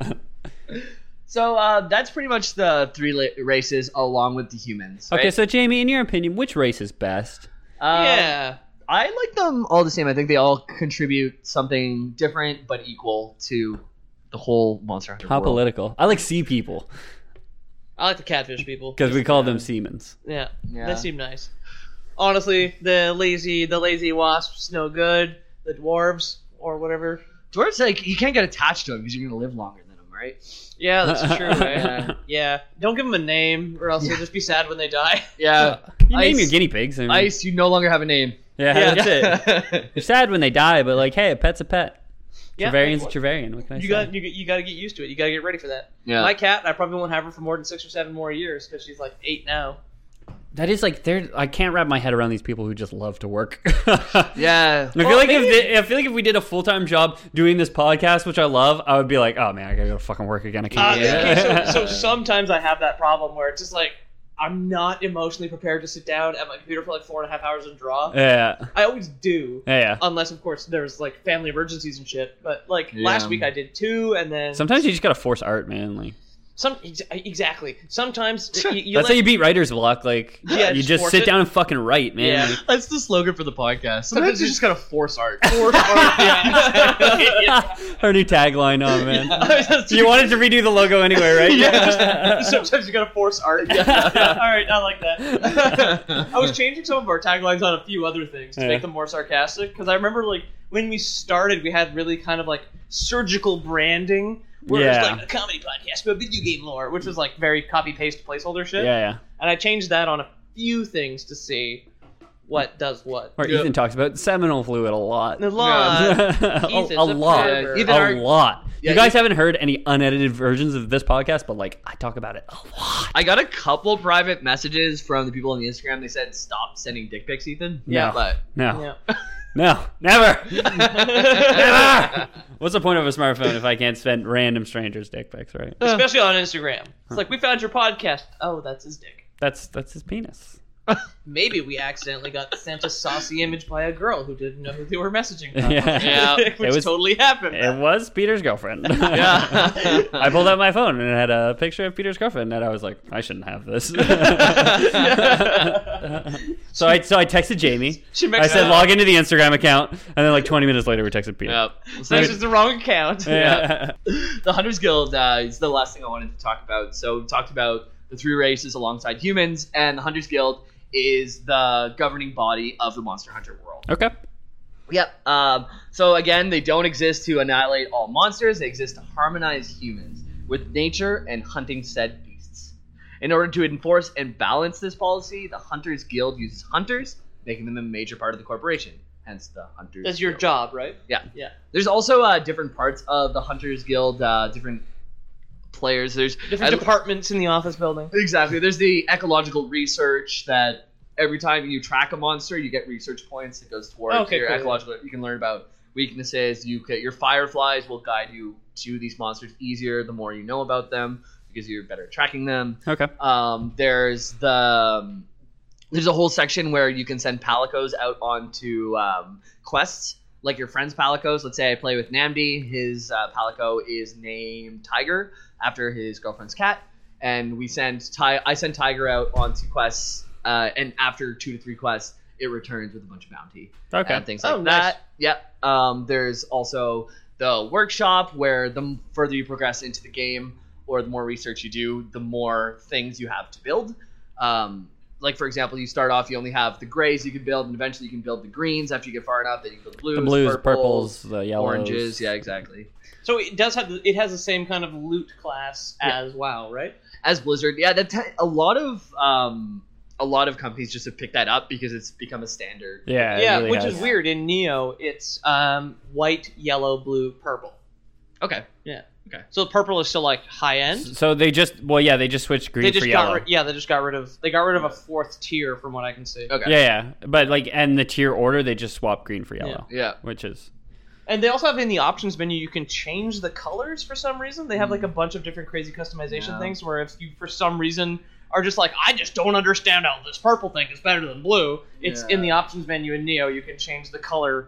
S1: so uh, that's pretty much the three la- races along with the humans.
S2: okay,
S1: right?
S2: so Jamie, in your opinion, which race is best?
S1: Uh,
S3: yeah.
S1: I like them all the same. I think they all contribute something different but equal to the whole Monster Hunter
S2: How
S1: world.
S2: political? I like sea people
S3: I like the catfish people.
S2: because we call them seamens.
S3: Yeah.
S1: Yeah.
S3: They seem nice. Honestly, the lazy the lazy wasps no good. The dwarves or whatever.
S1: Dwarves, like, you can't get attached to them because you're going to live longer than them, right?
S3: Yeah,
S2: [LAUGHS]
S3: that's true, right?
S1: Yeah.
S3: yeah. Don't give them a name or else
S1: Yeah.
S3: they'll just be sad when they die.
S2: [LAUGHS]
S1: Yeah.
S2: You name
S1: Ice.
S2: your guinea pigs. I mean,
S1: Ice, you no longer have a name.
S2: Yeah,
S3: Yeah,
S2: that's it. [LAUGHS]
S1: it.
S2: You're sad when they die, but like, hey, a pet's a pet.
S3: Yeah.
S2: Trevarian's a Trevarian. What can I
S3: You
S2: say?
S3: got you, got- you got to get used to it. You got to get ready for that.
S1: [LAUGHS] yeah.
S3: My cat, I probably won't have her for more than six or seven more years because she's like eight now.
S2: that is like, they're, I can't wrap my head around these people who just love to work. [LAUGHS]
S1: yeah.
S2: I feel like if they, I feel like if we did a full time job doing this podcast, which I love, I would be like, oh man, I gotta go to fucking work again. I
S3: Uh,
S2: can't. do
S1: Yeah.
S2: it." [LAUGHS]
S3: okay, so, so sometimes I have that problem where it's just like I'm not emotionally prepared to sit down at my computer for like four and a half hours and draw.
S2: [LAUGHS] yeah,
S3: I always do,
S2: yeah.
S3: unless of course there's like family emergencies and shit. But like
S1: Yeah.
S3: last week I did two, and then some,
S2: Sometimes you just gotta force art, man. Like
S3: ex- exactly. Sometimes you, you
S2: [LAUGHS] that's
S3: let-
S2: how you beat writer's block. Like
S3: Yeah,
S2: you
S3: just
S2: just
S3: force
S2: sit
S3: it.
S2: down and fucking write,
S3: Yeah.
S2: man.
S1: That's the slogan for the podcast.
S3: Sometimes you
S1: just gotta force art.
S3: Or- or-
S2: [LAUGHS]
S3: yeah. [LAUGHS]
S2: Our new tagline, oh man.
S3: That's
S2: You wanted to redo the logo anyway, right?
S3: [LAUGHS]
S2: [LAUGHS]
S3: Yeah. Sometimes you gotta force art. [LAUGHS] Yeah, All right, I like that. [LAUGHS] I was changing some of our taglines on a few other things to
S2: Yeah.
S3: make them more sarcastic because I remember like when we started, we had really kind of like surgical branding. Where it was
S2: Yeah.
S3: like a comedy podcast about video game lore, which was like very copy paste placeholder
S2: yeah,
S3: shit.
S2: yeah.
S3: And I changed that on a few things to see what does what.
S2: Or
S1: Yeah.
S2: Ethan talks about seminal fluid a lot.
S3: The
S2: [LAUGHS]
S3: law.
S2: a,
S3: Ethan's
S2: a lot.
S3: pervert.
S1: Yeah, Ethan-
S2: a
S1: our-
S2: lot.
S1: Yeah,
S2: you guys haven't heard any unedited versions of this podcast, but like I talk about it a lot.
S1: I got a couple private messages from the people on the Instagram. They said, "Stop sending dick pics, Ethan."
S2: Yeah. [LAUGHS]
S1: but
S2: No,
S3: Yeah.
S2: no,
S3: [LAUGHS]
S2: never. Never! What's the point of a smartphone if I can't spend random strangers' dick pics, right?
S3: Especially on Instagram. It's like, we found your podcast. Oh, that's his dick.
S2: That's that's his penis.
S3: Maybe we accidentally got sent a saucy image by a girl who didn't know who they were
S2: [LAUGHS]
S3: messaging. From, [LAUGHS]
S2: Yeah.
S3: which
S2: It was-
S3: totally happened.
S2: It was Peter's girlfriend.
S3: [LAUGHS]
S2: [LAUGHS]
S1: yeah, [LAUGHS]
S2: I pulled out my phone and it had a picture of Peter's girlfriend, and I was like, I shouldn't have this. [LAUGHS] so I so I texted Jamie.
S3: She
S2: I
S3: mixed it
S2: said
S3: up.
S2: log into the Instagram account, and then like 20 minutes later we texted Peter.
S1: Yep. So
S3: This is the wrong account. [LAUGHS]
S2: Yeah.
S1: the Hunters Guild uh, is the last thing I wanted to talk about. So we talked about the three races alongside humans, and the Hunters Guild is the governing body of the Monster Hunter world.
S2: [LAUGHS] Okay.
S1: Yep. Um, so again, they don't exist to annihilate all monsters. They exist to harmonize humans with nature and hunting said beasts. In order to enforce and balance this policy, the Hunters Guild uses hunters, making them a major part of the corporation. Hence the Hunters.
S3: That's your
S1: Guild.
S3: job, right?
S1: There's also uh, different parts of the Hunters Guild, uh, different players. There's
S3: Different
S1: I-
S3: departments in the office building.
S1: Exactly. There's the ecological research that every time you track a monster, you get research points. It goes towards
S3: Okay,
S1: your
S3: cool.
S1: ecological. You can learn about weaknesses. You can, your fireflies will guide you to these monsters easier the more you know about them because you're better at tracking them.
S2: Okay.
S1: Um, there's the um, there's a whole section where you can send palicos out onto um, quests, like your friend's palicos. Let's say I play with Namdi. His uh, palico is named Tiger after his girlfriend's cat, and we send Ti- I send Tiger out onto quests, uh, and after two to three quests, it returns with a bunch of bounty
S2: Okay.
S1: and things like
S3: Oh, nice.
S1: that. Yep. Um, there's also the workshop where the m- further you progress into the game or the more research you do, the more things you have to build. Um, like for example, you start off you only have the grays you can build, and eventually you can build the greens. After you get far enough, then you can build blues,
S2: the blues,
S1: purples,
S2: purples, the yellows,
S1: oranges. Yeah, exactly.
S3: So it does have the, it has the same kind of loot class as WoW, right?
S1: as Blizzard, yeah, that te- a lot of um, a lot of companies just have picked that up because it's become a standard.
S2: Yeah. it
S3: yeah,
S2: really
S3: which
S2: has.
S3: is weird. In Neo, it's um, white, yellow, blue, purple.
S1: Okay,
S3: So purple is still like high end.
S2: So they just well, yeah, they just switched green
S3: They
S2: for
S3: just
S2: yellow.
S3: got rid, yeah, they just got rid of they got rid of a fourth tier from what I can see.
S1: okay,
S2: yeah, yeah, but like, and the tier order, they just swap green for yellow,
S1: yeah.
S2: which is
S3: And they also have in the options menu you can change the colors for some reason. They have like a bunch of different crazy customization
S1: Hmm. Yeah.
S3: things where if you for some reason are just like I just don't understand how this purple thing is better than blue. It's in the
S1: Yeah.
S3: options menu in Neo you can change the color.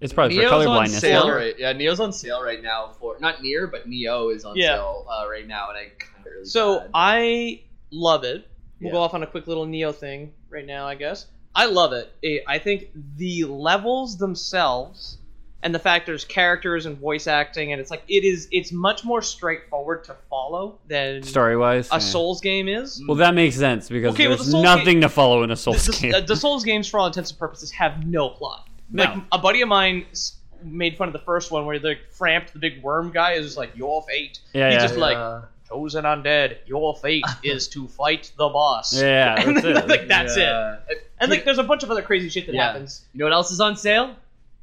S2: it's probably
S1: Neo's
S2: for
S1: on
S2: colorblindness.
S1: sale
S2: yeah.
S1: right? Yeah, Neo's on sale right now for not near, but Neo is on
S3: Yeah.
S1: sale uh, right now, and I kind of really
S3: So
S1: bad.
S3: I love it. We'll go
S1: Yeah.
S3: off on a quick little Neo thing right now, I guess. I love it. Eh, I think the levels themselves and the fact there's characters and voice acting and it's like it is it's much more straightforward to follow than
S2: Story wise,
S3: a Souls game is.
S2: Well, that makes sense because
S3: Okay, well,
S2: there's
S3: the Souls
S2: nothing to follow in
S3: [LAUGHS]
S2: a Souls
S3: the,
S2: game. [LAUGHS]
S3: the- the Souls games, for all intents and purposes, have no plot.
S2: No.
S3: Like a buddy of mine s- made fun of the first one where the Frampt, the big worm guy, is just like, "Your fate."
S2: Yeah,
S3: He's
S2: yeah.
S3: just like chosen undead. Your
S2: [LAUGHS]
S3: fate is to fight the boss.
S2: yeah,
S3: and
S2: that's
S3: then, [LAUGHS]
S2: it.
S3: like that's it.
S1: Yeah.
S3: And like, there's a bunch of other crazy shit that
S1: Yeah.
S3: happens.
S1: You know what else is on sale?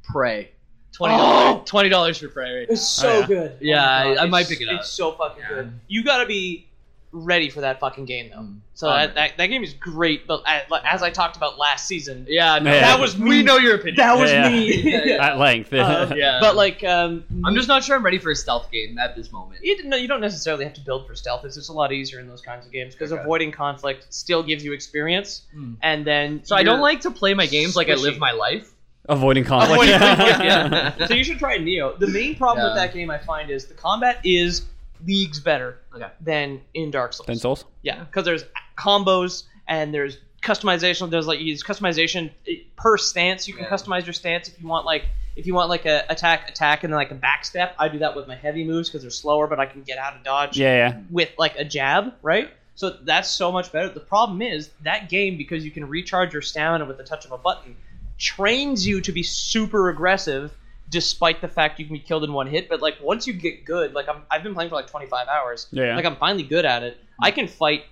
S1: Prey.
S3: Oh!
S1: Twenty dollars. Twenty dollars for Prey right now.
S3: It's so
S2: Oh, yeah.
S3: good. my
S1: Yeah, I-
S3: God,
S1: I might
S3: it's-
S1: pick it up.
S3: It's so fucking
S1: Yeah.
S3: good. You gotta be ready for that fucking game though. So
S1: Oh,
S3: that,
S1: man.
S3: that that game is great, but I- like, as I talked about last season,
S1: Yeah, no,
S2: Yeah.
S3: That was
S1: We
S3: me.
S1: know your opinion.
S3: that was
S2: Yeah, yeah.
S3: me. [LAUGHS]
S1: Yeah, yeah.
S2: at length.
S3: Um,
S1: yeah.
S3: But like, um,
S1: I'm just not sure I'm ready for a stealth game at this moment.
S3: You, didn't- no, you don't necessarily have to build for stealth. It's just a lot easier in those kinds of games because
S1: Okay.
S3: avoiding conflict still gives you experience,
S1: Mm.
S3: and then
S1: So I don't
S3: you're-
S1: like to play my games like I live
S3: Squishy.
S1: my life.
S2: [LAUGHS] avoiding conflict. [LAUGHS]
S3: Avoiding conflict,
S1: yeah.
S3: So you should try Neo. The main problem with
S1: Yeah.
S3: that game I find is the combat is leagues better
S1: Okay.
S3: than in Dark Souls.
S2: Then Souls.
S3: Yeah, because there's combos and there's customization. There's like use customization eh, per stance. You can
S1: Yeah.
S3: customize your stance if you want like if you want like a attack attack and then like a back step. I do that with my heavy moves because they're slower, but I can get out of dodge.
S2: Yeah,
S3: with like a jab, right? So that's so much better. The problem is that game because you can recharge your stamina with the touch of a button trains you to be super aggressive despite the fact you can be killed in one hit but like once you get good like I'm, i've been playing for like 25 hours
S2: yeah, yeah.
S3: like i'm finally good at it i can fight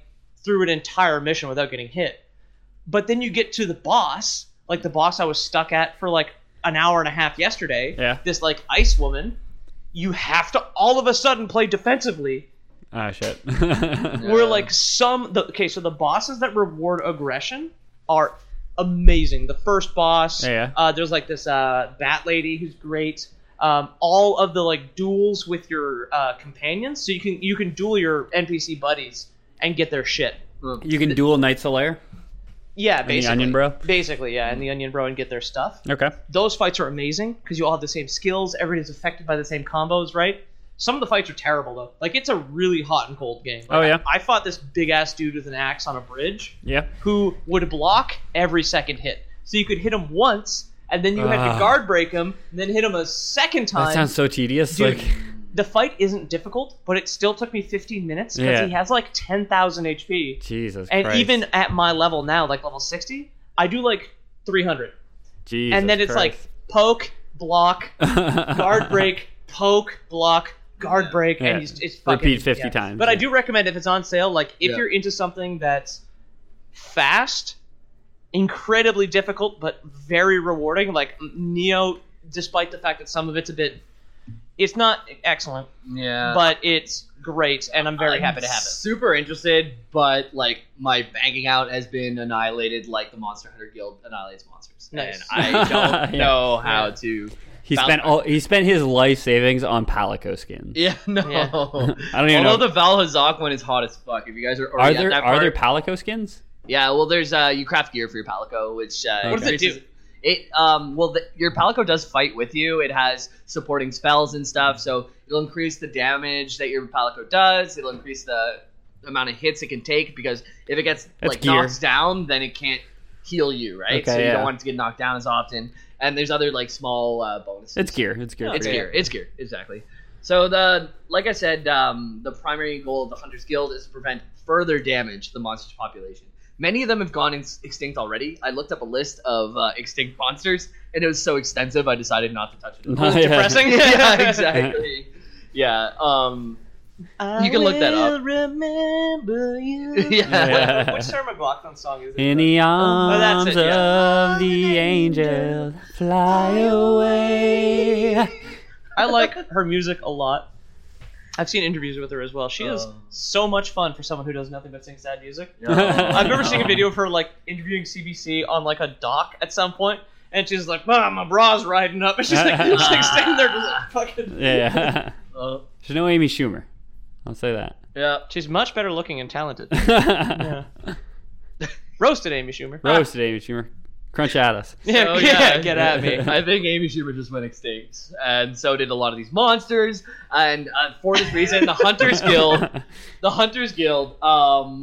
S3: through an entire mission without getting hit but then you get to the boss like the boss i was stuck at for like an hour and a half yesterday
S2: Yeah.
S3: this like ice woman you have to all of a sudden play defensively
S2: Ah, shit. [LAUGHS]
S3: where like some the, okay so the bosses that reward aggression are amazing the first boss
S2: Yeah, yeah.
S3: Uh, there's like this uh, bat lady who's great um, all of the like duels with your uh, companions so you can you can duel your npc buddies and get their shit
S2: you can dual Night Solaire
S3: yeah
S2: and
S3: basically
S2: the Onion Bro.
S3: basically yeah and the onion bro and get their stuff
S2: Okay.
S3: those fights are amazing because you all have the same skills everybody's affected by the same combos right some of the fights are terrible though like it's a really hot and cold game Like,
S2: Oh, yeah.
S3: I, I fought this big ass dude with an axe on a bridge
S2: Yeah.
S3: who would block every second hit. So you could hit him once, and then you had to
S2: Ah.
S3: guard break him, and then hit him a second time.
S2: That sounds so tedious.
S3: Dude,
S2: like,
S3: the fight isn't difficult, but it still took me 15 minutes because
S2: Yeah.
S3: he has like 10,000 HP.
S2: Jesus.
S3: And
S2: Christ.
S3: even at my level now, like level 60, I do like 300.
S2: Jesus
S3: and then it's like poke, block,
S2: [LAUGHS] like
S3: guard break, poke, block, guard break,
S2: Yeah.
S3: and he's, it's fucking
S2: Repeat 50 times,
S3: But I
S2: yeah.
S3: do recommend if it's on sale, like if
S1: Yeah.
S3: you're into something that's fast, incredibly difficult, but very rewarding, like Neo, despite the fact that some of it's a bit It's not excellent,
S1: Yeah.
S3: but it's great, and Uh, I'm very happy to have it.
S1: Super interested, but like my banking out has been annihilated, like the Monster Hunter Guild annihilates monsters,
S3: Nice.
S2: [LAUGHS]
S1: and I don't
S2: Yeah.
S1: know how
S3: Yeah.
S1: to.
S2: He
S1: Val-
S2: spent all he spent his life savings on Palico skins.
S1: Yeah, no.
S3: Yeah.
S2: [LAUGHS] I don't even
S1: Although
S2: know.
S1: the Valhazak one is hot as fuck. If you guys are
S2: are
S1: already at
S2: there
S1: that
S2: are
S1: part,
S2: there Palico skins?
S1: yeah. Well, there's uh, you craft gear for your Palico, which uh,
S2: What does it
S1: increases-
S3: do?
S1: It um well the, your Palico does fight with you. It has supporting spells and stuff, so it'll increase the damage that your Palico does. It'll increase the amount of hits it can take because if it gets
S2: That's
S1: like
S2: gear.
S1: knocked down, then it can't heal you, right?
S2: Okay,
S1: so you don't
S2: yeah.
S1: want it to get knocked down as often. And there's other like small uh, bonuses.
S2: It's gear. It's gear.
S1: It's
S2: for you.
S1: gear. It's gear. Exactly. So the like I said, um, the primary goal of the Hunter's Guild is to prevent further damage to the monster's population. Many of them have gone ex- extinct already. I looked up a list of uh, extinct monsters, and it was so extensive, I decided not to touch [LAUGHS] it.
S2: Oh, yeah.
S3: depressing.
S1: yeah, exactly. Yeah. Um, You can look that up.
S3: Remember [LAUGHS] you.
S1: [LAUGHS]
S2: [LAUGHS]
S1: Yeah.
S3: What, which Sarah McLaughlin song is it?
S2: In the
S3: Oh,
S2: arms
S3: that's it, yeah.
S2: of the angel, fly away.
S3: I like her music a lot. I've seen interviews with her as well. She is
S1: Oh.
S3: so much fun for someone who does nothing but sing sad music.
S1: no, [LAUGHS]
S3: I've never
S1: no.
S3: seen a video of her like interviewing CBC on like a dock at some point, and she's like, "Ah, "My bra's riding up," [LAUGHS] and she's like, she's
S1: [LAUGHS]
S3: like standing there, just like, fucking.
S2: Yeah. [LAUGHS]
S1: Oh,
S2: There's no Amy Schumer. I'll say that.
S1: yeah.
S3: She's much better looking and talented. Roasted Amy Schumer.
S2: [LAUGHS] Roasted Amy Schumer. Crunch at us.
S3: [LAUGHS] Yeah,
S1: So,
S3: yeah, get at
S1: [LAUGHS]
S3: me.
S1: I think Amy Schumer just went extinct, and so did a lot of these monsters. And uh, for this reason, the [LAUGHS] Hunters Guild, the Hunters Guild, um,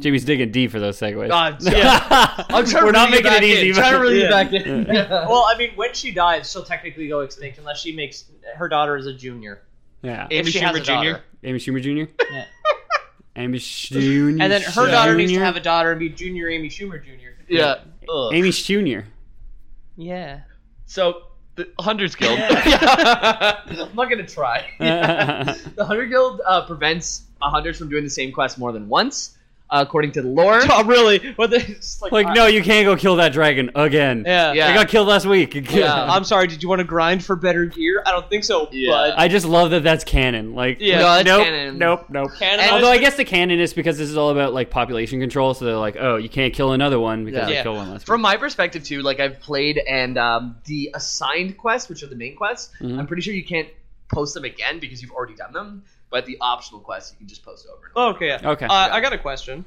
S2: [LAUGHS] Jimmy's digging deep for those segues.
S3: Uh,
S2: [LAUGHS]
S1: God, yeah. I'm trying
S2: We're
S1: to
S2: not
S1: reel
S2: making
S1: back
S2: it easy.
S1: In. Trying to
S2: but-
S1: really
S3: Yeah.
S1: back in.
S3: [LAUGHS]
S1: [LAUGHS]
S3: Well, I mean, when she dies, she'll technically go extinct unless she makes her daughter is a junior.
S2: yeah.
S1: Amy
S3: If she
S1: Schumer
S3: has a daughter.
S1: Jr.
S2: Amy Schumer Jr.
S3: Yeah.
S2: Amy Schumer.
S3: And then her daughter needs to have a daughter and be junior Amy Schumer Jr.
S1: Yeah.
S3: [LAUGHS]
S1: Ugh.
S2: Amy Schumer.
S3: Yeah.
S1: So the Hunters Guild.
S3: [LAUGHS]
S1: [LAUGHS] I'm not gonna try. [LAUGHS] The Hunter Guild uh, prevents uh, hunters from doing the same quest more than once, uh, according to the lore. uh,
S3: Oh, really? What the, it's like,
S2: [LAUGHS] like, no, you can't go kill that dragon again.
S3: Yeah.
S1: Yeah.
S2: I got killed last week. [LAUGHS]
S1: Yeah.
S3: I'm sorry. Did you want to grind for better gear? I don't think so.
S1: Yeah.
S3: But
S2: I just love that that's canon. Like,
S3: Yeah.
S1: No,
S2: like,
S1: it's
S2: nope,
S1: canon.
S2: nope, nope,
S3: Canon
S2: And
S3: is-
S2: although I guess the canon is because this is all about like population control, so they're like, oh, you can't kill another one because
S1: Yeah.
S2: I
S3: Yeah.
S2: killed one last
S1: From my perspective too, like I've played and um, the assigned quests, which are the main quests,
S2: Mhm.
S1: I'm pretty sure you can't post them again because you've already done them. But the optional quests you can just post over. and over.
S3: oh, okay. Yeah.
S2: Okay. [LAUGHS]
S3: Uh, I got a question.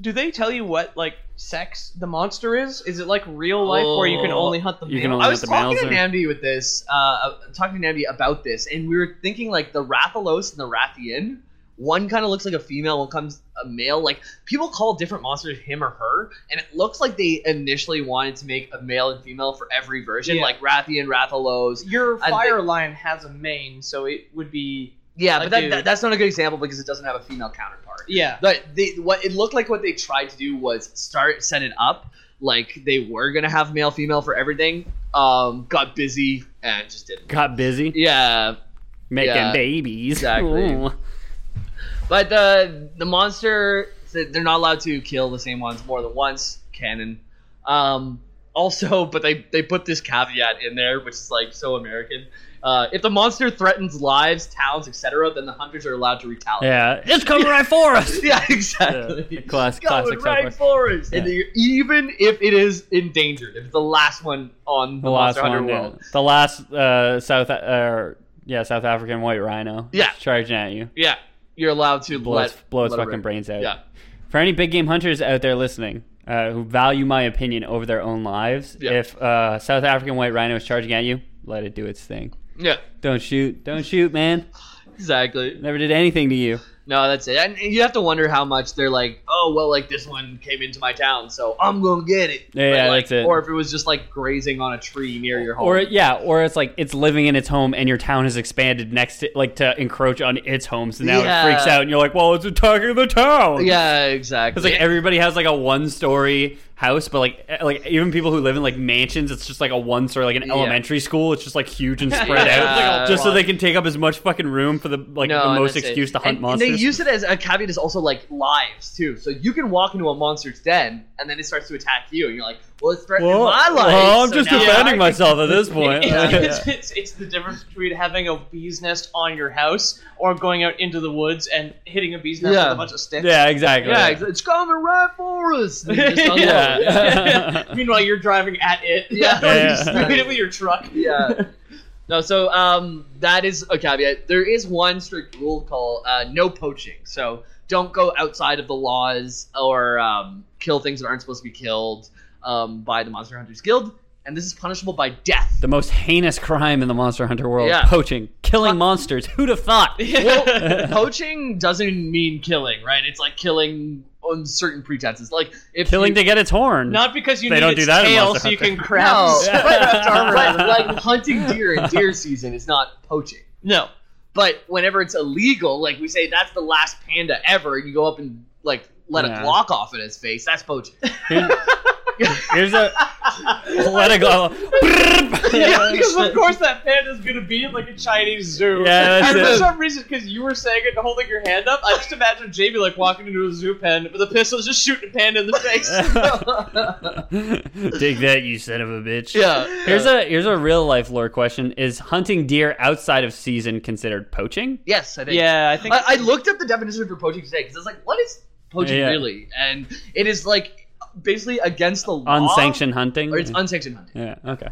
S3: Do they tell you what like sex the monster is? Is it like real life where you can
S1: Oh.
S3: only hunt the
S2: You
S3: male?
S2: can only-
S1: I
S2: with
S1: was
S2: the
S1: talking
S2: males
S1: to
S2: or-
S1: Namdi with this, uh, uh, talking to Namdi about this, and we were thinking like the Rathalos and the Rathian. One kind of looks like a female, one comes a male. Like people call different monsters him or her, and it looks like they initially wanted to make a male and female for every version,
S3: Yeah.
S1: like Rathian, Rathalos.
S3: Your
S1: I
S3: fire lion has a mane, so it would be
S1: Yeah,
S3: I
S1: but that,
S3: do.
S1: that, that's not a good example because it doesn't have a female counterpart.
S3: yeah.
S1: But they, what it looked like what they tried to do was start set it up like they were gonna have male female for everything. Um, got busy and just didn't.
S2: got busy
S1: Yeah,
S2: making
S1: yeah,
S2: babies. [LAUGHS]
S1: exactly.
S2: Ooh.
S1: But the the monster, they're not allowed to kill the same ones more than once. Canon. Um, also, [LAUGHS] but they they put this caveat in there, which is like so American. Uh, if the monster threatens lives, towns, etc., then the hunters are allowed to retaliate.
S2: Yeah, it's coming right for
S1: [LAUGHS]
S2: us.
S1: Yeah,
S2: Yeah.
S1: exactly.
S2: Class,
S1: Going
S2: classic
S1: right
S2: South Park.
S1: for us, and
S2: Yeah.
S1: you're- even if it is endangered, if it's the last one on the,
S2: The last
S1: monster
S2: one,
S1: hunter
S2: yeah.
S1: world,
S2: the last uh, South, uh, yeah, South African white rhino.
S1: Yeah.
S2: charging at you,
S1: yeah, you're allowed to
S2: blow
S1: let
S2: its, blow its
S1: let it
S2: fucking
S1: rip.
S2: brains out.
S1: Yeah,
S2: For any big game hunters out there listening uh, who value my opinion over their own lives,
S1: Yeah.
S2: if uh, South African white rhino is charging at you, let it do its thing.
S1: yeah,
S2: Don't shoot. Don't shoot, man.
S1: exactly.
S2: Never did anything to you.
S1: No, that's it. And you have to wonder how much they're like, oh, well, like this one came into my town, so I'm going to get it.
S2: Yeah,
S1: But,
S2: yeah,
S1: like,
S2: that's it.
S1: Or if it was just like grazing on a tree near your home.
S2: Or yeah, or it's like it's living in its home and your town has expanded next to like to encroach on its home, so now
S1: Yeah.
S2: it freaks out and you're like, Well, it's attacking the town.
S1: yeah, exactly.
S2: It's like everybody has like a one story house, but like eh, like even people who live in like mansions, it's just like a one story like an
S1: Yeah.
S2: elementary school, it's just like huge and spread
S1: Yeah.
S2: out.
S1: Like a
S2: just so
S3: lot.
S2: they can take up as much fucking room for the like
S1: No,
S2: the
S1: and
S2: most
S1: that's it.
S2: excuse to hunt
S1: and,
S2: monsters.
S1: And they use it as a caveat is also like lives too. So Like you can walk into a monster's den and then it starts to attack you, and you're like, "Well, it's threatening
S2: Well,
S1: my life."
S2: well, I'm
S1: so
S2: just
S1: now
S2: defending
S1: I-
S2: myself at
S1: [LAUGHS]
S2: this point.
S3: It's,
S1: Yeah.
S3: it's, it's, it's the difference between having a bee's nest on your house or going out into the woods and hitting a bee's nest
S1: Yeah.
S3: with a bunch of sticks. [LAUGHS]
S2: [LAUGHS] yeah, exactly.
S1: Yeah, it's, it's coming right
S2: [LAUGHS]
S1: for us. And you just unload.
S2: Yeah. [LAUGHS]
S3: [LAUGHS] Meanwhile, you're driving at it. [LAUGHS]
S1: Yeah.
S3: you
S2: Yeah.
S3: just hit it with your truck.
S1: yeah. [LAUGHS] No, so um, that is a caveat. There is one strict rule called uh, no poaching. So don't go outside of the laws or um, kill things that aren't supposed to be killed um, by the Monster Hunters Guild. And this is punishable by
S2: [LAUGHS]
S1: death.
S2: The most heinous crime in the Monster Hunter world:
S1: Yeah.
S2: poaching, killing monsters. Who'd have
S1: [LAUGHS]
S2: thought?
S1: Well, [LAUGHS] poaching doesn't mean killing, right? It's like killing on certain pretenses. Like if
S2: killing
S1: you-
S2: to get its horn.
S3: Not because you
S2: They
S3: need
S2: don't
S3: its
S2: do that in
S3: tail
S2: Monster
S3: so you
S2: Hunter.
S3: can grab
S1: No,
S3: [LAUGHS] it.
S1: but, but, like hunting deer in
S3: [LAUGHS]
S1: deer season is not poaching.
S3: No.
S1: But whenever it's illegal, like we say, that's the last panda ever, and you go up and like let
S2: Yeah.
S1: a Glock off in his face. That's poaching.
S2: Here's
S1: [LAUGHS]
S2: a let it go.
S3: [LAUGHS]
S2: [LAUGHS]
S3: Yeah, because of course that panda's gonna be in like a Chinese zoo.
S2: Yeah, that's
S3: and for
S2: it.
S3: some reason, because you were saying it and holding your hand up, I just imagine Jamie like walking into a zoo pen with a pistol, just shooting a panda
S2: [LAUGHS]
S3: in the face. [LAUGHS]
S2: Dig that, you son of a bitch.
S1: yeah.
S2: Here's a here's a real life lore question: Is hunting deer outside of season considered poaching?
S1: yes, I think.
S3: yeah, I think
S1: I, I looked up the definition for poaching today because I was like, what is poaching
S2: Yeah.
S1: really? And it is like basically against the law.
S2: Unsanctioned hunting.
S1: Or it's unsanctioned hunting.
S2: yeah. Okay.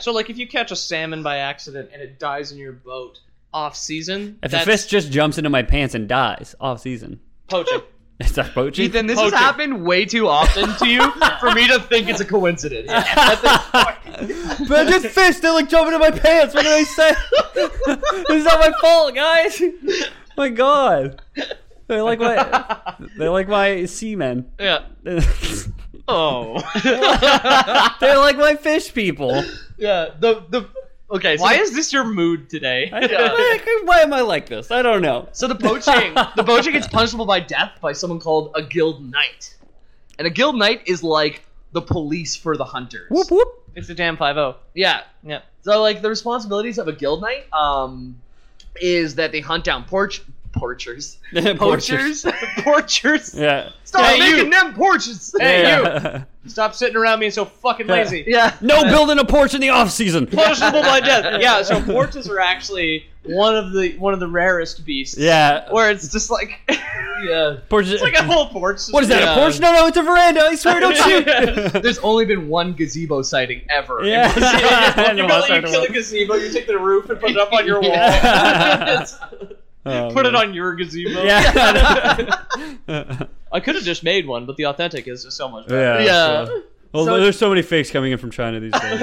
S3: so. Like, if you catch a salmon by accident and it dies in your boat off season,
S2: If
S3: that's
S2: a fish just jumps into my pants and dies off season, [LAUGHS]
S1: [LAUGHS]
S3: poaching.
S2: is that poaching?
S1: Ethan, this
S3: Poaching.
S1: has happened way too often
S3: [LAUGHS]
S1: to you for me to think it's a coincidence.
S2: but I just fished. They're like jumping in my pants. What did I say? [LAUGHS] this is not my fault, guys. [LAUGHS] my God. They like my they like my seamen. [LAUGHS]
S1: yeah.
S2: they
S3: Oh,
S2: like my fish people.
S1: [LAUGHS] Yeah. The the okay. So
S3: why
S1: the-
S3: is this your mood today?
S2: I,
S1: [LAUGHS]
S2: I- why am I [LAUGHS] like this? I don't know.
S1: So the poaching, the poaching is punishable by death by someone called a guild knight, and a guild knight is like the police for the hunters.
S2: Whoop [LAUGHS] whoop.
S3: It's a damn five oh. zero.
S1: Yeah.
S3: Yeah.
S1: So like the responsibilities of a guild knight, um, is that they hunt down porch porchers, poachers. [LAUGHS]
S3: Porchers.
S2: Yeah.
S3: [LAUGHS]
S1: Stop
S3: Hey,
S1: making
S3: you.
S1: them porches.
S3: Hey,
S1: yeah.
S2: Yeah. [LAUGHS]
S3: Stop sitting around being so fucking lazy.
S1: Yeah.
S2: No building a porch in the
S3: [LAUGHS]
S2: off season.
S3: punishable by
S1: [LAUGHS]
S3: death. Yeah, so porches are actually one of the one of the rarest beasts.
S2: [LAUGHS] Yeah.
S3: Where it's just like
S1: [LAUGHS] Yeah.
S2: Porch.
S3: it's like a whole porch.
S2: what is that?
S1: Yeah.
S2: A porch? No, no, it's a veranda. I swear, don't
S3: [LAUGHS]
S2: shoot.
S1: There's only been one gazebo sighting ever. [LAUGHS]
S2: yeah.
S3: You, go, you kill a gazebo, you take the roof and put it up on
S1: [LAUGHS]
S3: your wall. It's-
S2: Oh,
S3: put it
S2: man.
S3: on your gazebo.
S2: Yeah. yeah. [LAUGHS]
S3: [LAUGHS] I could have just made one, but the authentic is just so much better.
S1: Yeah.
S2: so- Well,
S1: So-
S2: there's so many fakes coming in from China these
S3: [LAUGHS]
S2: days.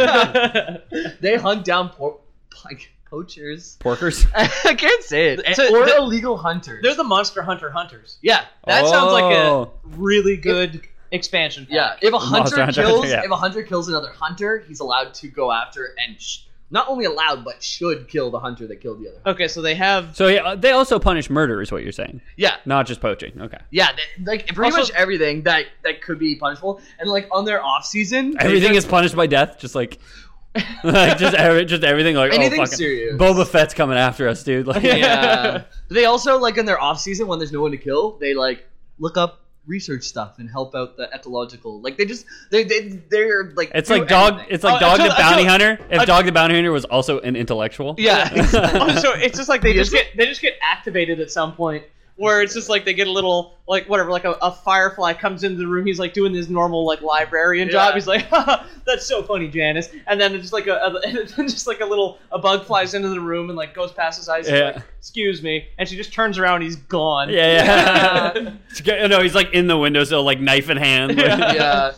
S1: They hunt down por- like poachers.
S2: Porkers.
S1: [LAUGHS] I can't say it.
S3: So
S1: or
S3: the-
S1: illegal hunters.
S3: They're the monster hunter hunters.
S1: yeah.
S3: That sounds like a
S2: Oh.
S3: really good expansion.
S1: Yeah, if a
S2: Monster
S1: hunter
S2: Hunter,
S1: kills,
S2: yeah.
S1: if a hunter kills another hunter, he's allowed to go after and sh- not only allowed but should kill the hunter that killed the other. hunter.
S3: Okay, so they have
S2: So yeah, they also punish murder, is what you're saying,
S1: Yeah,
S2: not just poaching. Okay.
S1: yeah, they, like pretty
S3: Also-
S1: much everything that that could be punishable, and like on their off season,
S2: [LAUGHS] Everything is punished by death, just like, [LAUGHS] like just every, just everything like
S1: Anything
S2: oh, fucking,
S1: serious.
S2: Boba Fett's coming after us, dude. Like,
S1: yeah. they also like in their off season when there's no one to kill, they like look up research stuff and help out the ecological. Like they just they they they're like
S2: [LAUGHS] It's
S1: do
S2: like dog.
S1: anything.
S2: It's like
S3: Oh,
S2: dog
S3: until-
S2: the bounty
S3: until-
S2: hunter. If
S3: un-
S2: dog the bounty hunter was also an intellectual.
S1: yeah.
S2: [LAUGHS]
S3: oh, so it's just like they just get they just get activated at some point where it's just like they get a little like whatever like a, a firefly comes into the room he's like doing his normal like librarian job
S1: Yeah.
S3: he's like [LAUGHS] Haha, that's so funny Janice and then it's just like a, a [LAUGHS] and then just like a little a bug flies into the room and like goes past his eyes and
S2: Yeah.
S3: like excuse me and she just turns around he's gone
S2: Yeah,
S3: [LAUGHS]
S2: yeah. no, he's like in the windowsill, like knife in hand. like,
S3: Yeah.
S1: yeah.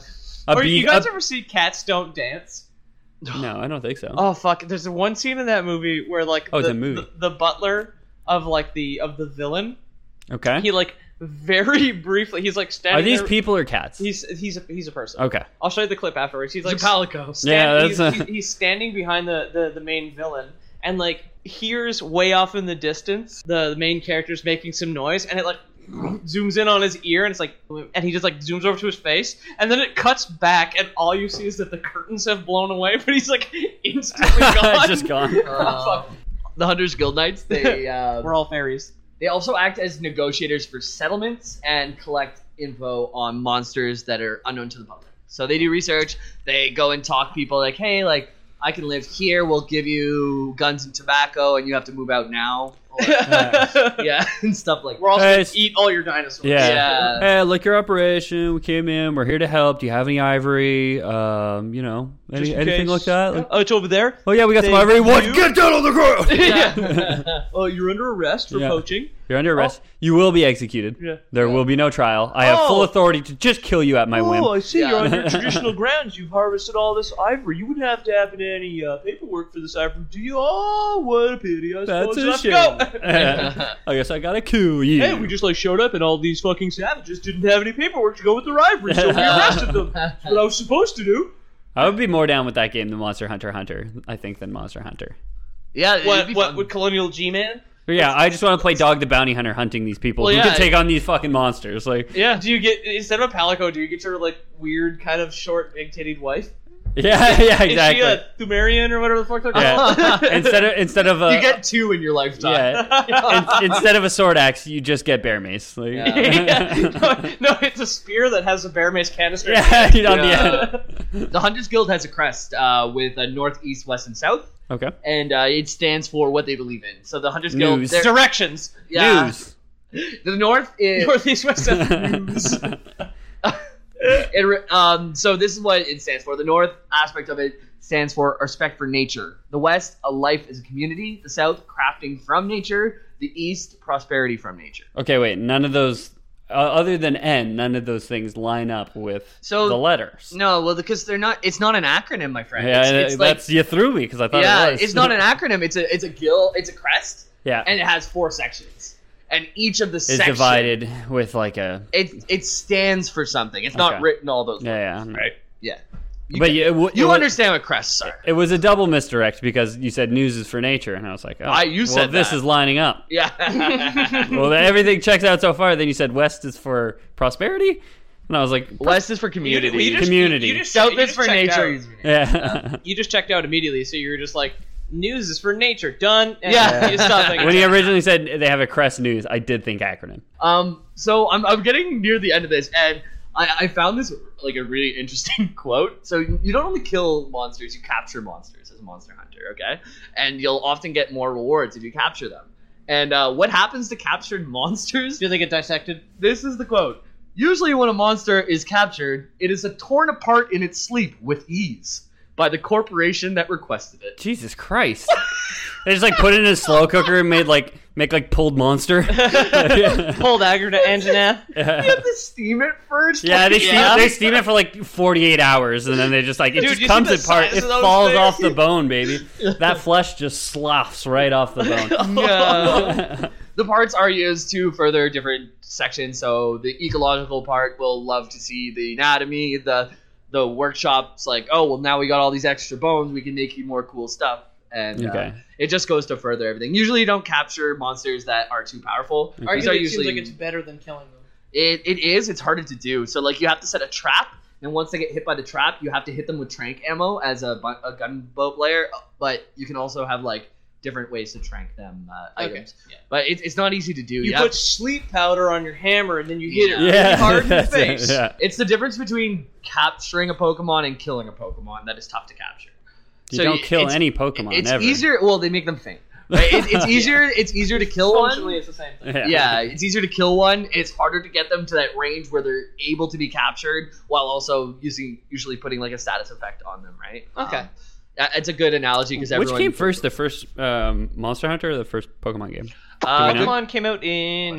S2: A
S3: or
S2: bee.
S3: you guys
S2: a-
S3: ever see cats don't dance
S2: no, I don't think so.
S3: Oh fuck! There's the one scene in that movie where like
S2: Oh, it's
S3: the,
S2: a movie.
S3: the the butler of like the of the villain
S2: okay.
S3: he like very [LAUGHS] briefly he's like standing
S2: Are these
S3: there-
S2: people or cats?
S3: he's he's a, he's a person
S2: okay.
S3: i'll show you the clip afterwards he's like
S1: It's a palico.
S2: Yeah,
S3: stand,
S2: that's
S3: he's, [LAUGHS]
S2: a-
S3: he's- he's standing behind the, the the main villain and like hears way off in the distance the, the main character's making some noise and it like [CLEARS THROAT] zooms in on his ear and it's like and he just like zooms over to his face and then it cuts back and all you see is that the curtains have blown away [LAUGHS] but he's like instantly gone
S2: [LAUGHS] Just gone.
S3: [LAUGHS]
S1: Uh, the Hunters Guild Knights, they uh,
S3: we're all fairies
S1: They also act as negotiators for settlements and collect info on monsters that are unknown to the public. So they do research. They go and talk people like, hey, like I can live here. We'll give you guns and tobacco, and you have to move out now. Or-
S3: [LAUGHS]
S1: yeah, [LAUGHS] and stuff like
S3: We're also
S2: Hey,
S3: gonna
S2: it's-
S3: eat all your dinosaurs.
S2: Yeah.
S3: Uh,
S2: [LAUGHS]
S1: Yeah.
S2: Hey, liquor operation. We came in. We're here to help. Do you have any ivory? Um, you know,
S3: Just
S2: any,
S3: in
S2: anything
S3: case.
S2: like that? Like,
S3: Oh, it's over there.
S2: oh yeah, we got some
S3: They-
S2: ivory. What?
S3: you-
S2: Get down on the ground.
S3: [LAUGHS] yeah. Oh, you're under arrest for
S2: Yeah.
S3: poaching.
S2: You're under arrest. You will be executed.
S3: Oh. Yeah.
S2: There will be no trial. I have full
S3: Oh.
S2: authority to just kill you at my whim.
S3: Oh, I see.
S1: Yeah.
S3: You're on your traditional grounds. You've harvested all this ivory. You wouldn't have to have any uh, paperwork for this ivory, do you? Oh, what a pity. I
S2: [LAUGHS] That's
S3: suppose
S2: a
S3: Let's
S2: shame.
S3: go.
S2: [LAUGHS]
S3: [LAUGHS]
S2: I guess I gotta kill you.
S3: Hey, we just like showed up, and all these fucking savages didn't have any paperwork to go with their ivory, so we arrested them. That's what I was supposed to do.
S2: I would be more down with that game than Monster Hunter Hunter. I think than Monster Hunter.
S1: yeah. it'd
S3: What?
S1: be
S3: What?
S1: fun.
S3: With Colonial G-Man?
S2: But yeah, I just want to play Dog the Bounty Hunter hunting these people.
S3: Well,
S2: Who
S3: yeah.
S2: can take on these fucking monsters? Like, [LAUGHS]
S3: Yeah. Do you get instead of a palico? Do you get your like weird kind of short, big-titted wife?
S2: yeah, yeah,
S3: [LAUGHS]
S2: exactly.
S3: Is she a Thumerian or whatever the fuck they're called? [LAUGHS]
S2: [LAUGHS] Yeah. instead of instead of a
S1: you get two in your lifetime.
S3: [LAUGHS]
S2: yeah, in, instead of a sword axe, you just get bear mace. Like,
S3: Yeah. [LAUGHS] No, no, it's a spear that has a bear mace canister. [LAUGHS]
S2: [LAUGHS] Yeah, you know, on the
S1: Yeah.
S2: end.
S1: The Hunters Guild has a crest uh, with a north, east, west, and south,
S2: Okay.
S1: and uh, it stands for what they believe in. So the Hunters Guild,
S2: News.
S1: they're-
S3: Directions.
S1: yeah,
S2: News.
S1: the [LAUGHS] north is
S2: [LAUGHS]
S3: Northeast West News.
S1: it, re- um, so this is what it stands for. The north aspect of it stands for respect for nature. The west, a life as a community. The south, crafting from nature. The east, prosperity from nature.
S2: Okay, wait. None of those, uh, other than N, none of those things line up with
S1: So-
S2: the letters.
S1: No, well, because they're not. It's not an acronym, my friend.
S2: Yeah,
S1: it's, it's like,
S2: that's you threw me because I thought
S1: yeah,
S2: it was. [LAUGHS]
S1: it's not an acronym. It's a it's a guild. It's a crest,
S2: yeah,
S1: and it has four sections, and each of the
S2: it's
S1: sections
S2: divided with like a
S1: It it stands for something. It's
S2: Okay.
S1: not written all those.
S2: yeah, yeah.
S3: right.
S1: Yeah, You
S2: But
S1: get-
S2: you, it, w- it
S1: you
S2: wa-
S1: understand what crests are.
S2: It was a double misdirect because you said news is for nature, and I was like, oh,
S1: I- you
S2: well,
S1: said
S2: this
S1: that.
S2: is lining
S1: [LAUGHS]
S2: up.
S3: [LAUGHS]
S1: Yeah.
S2: Well, then everything checks out so far. Then you said west is for prosperity, and I was like,
S1: West is for community.
S3: You- you just-
S2: Community.
S3: you just-
S1: South
S3: you
S1: is
S3: just
S1: for
S3: checked
S1: nature.
S3: out.
S2: [LAUGHS] yeah. [LAUGHS]
S3: You just checked out immediately, so you were just like, "News is for nature." Done. And
S1: Yeah.
S3: You just stopped thinking.
S2: [LAUGHS] when he originally said they have a crest news, I did think acronym.
S1: Um, so I'm I'm getting near the end of this, and I, I found this like a really interesting [LAUGHS] quote. So you don't only kill monsters; you capture monsters as a monster hunter. Okay, and you'll often get more rewards if you capture them. And uh, what happens to captured [LAUGHS] monsters?
S3: Do they get dissected?
S1: This is the quote. Usually, when a monster is captured, it is torn apart in its sleep with ease by the corporation that requested it.
S2: Jesus Christ! they just like put it in a slow cooker and made like make like
S3: [LAUGHS]
S2: pulled monster. yeah,
S3: Pulled Agger to Anjanath.
S1: You have to steam it first.
S2: Yeah, they
S1: like,
S2: steam, they steam it for like 48 hours and then they just like it
S3: Dude,
S2: just
S3: you see
S2: comes
S3: the
S2: apart.
S3: size
S2: It
S3: of those
S2: falls
S3: things?
S2: off the bone, baby.
S3: [LAUGHS]
S2: That flesh just sloughs right off the bone.
S1: Yeah. [LAUGHS] the parts are used to further different sections. So the ecological part will love to see the anatomy. The the workshops like, oh well, now we got all these extra bones. We can make you more cool stuff. And uh,
S2: Okay.
S1: it just goes to further everything. Usually, you don't capture monsters that are too powerful.
S3: Arguably,
S1: These are
S3: it
S1: usually
S3: seems like it's better than killing them.
S1: It, it is. It's harder to do. So like you have to set a trap, and once they get hit by the trap, you have to hit them with trank ammo as a, bu- a gunbow player. But you can also have like different ways to trank them uh, items.
S3: Yeah.
S1: But it, it's not easy to do.
S3: You
S1: have-
S3: put sleep powder on your hammer, and then you hit it really
S2: Yeah,
S3: hard
S2: [LAUGHS]
S3: in the
S2: that's it,
S3: face.
S2: yeah.
S1: it's the difference between capturing a Pokemon and killing a Pokemon that is tough to capture.
S2: You
S1: So
S2: don't
S1: y-
S2: kill
S1: it's-
S2: any Pokemon
S1: it's
S2: ever.
S1: easier. Well, they make them faint. Right? It, it's easier. It's easier to kill one.
S3: Functionally, it's the same
S2: [LAUGHS]
S3: thing.
S1: yeah, it's easier to kill one. It's harder to get them to that range where they're able to be captured, while also using usually putting like a status effect on them, right?
S3: Okay.
S1: Um, uh, it's a good analogy because
S2: Which
S1: everyone.
S2: came first, the first um, Monster Hunter or the first Pokemon game?
S1: Uh,
S2: Do we know?
S3: Pokemon came out in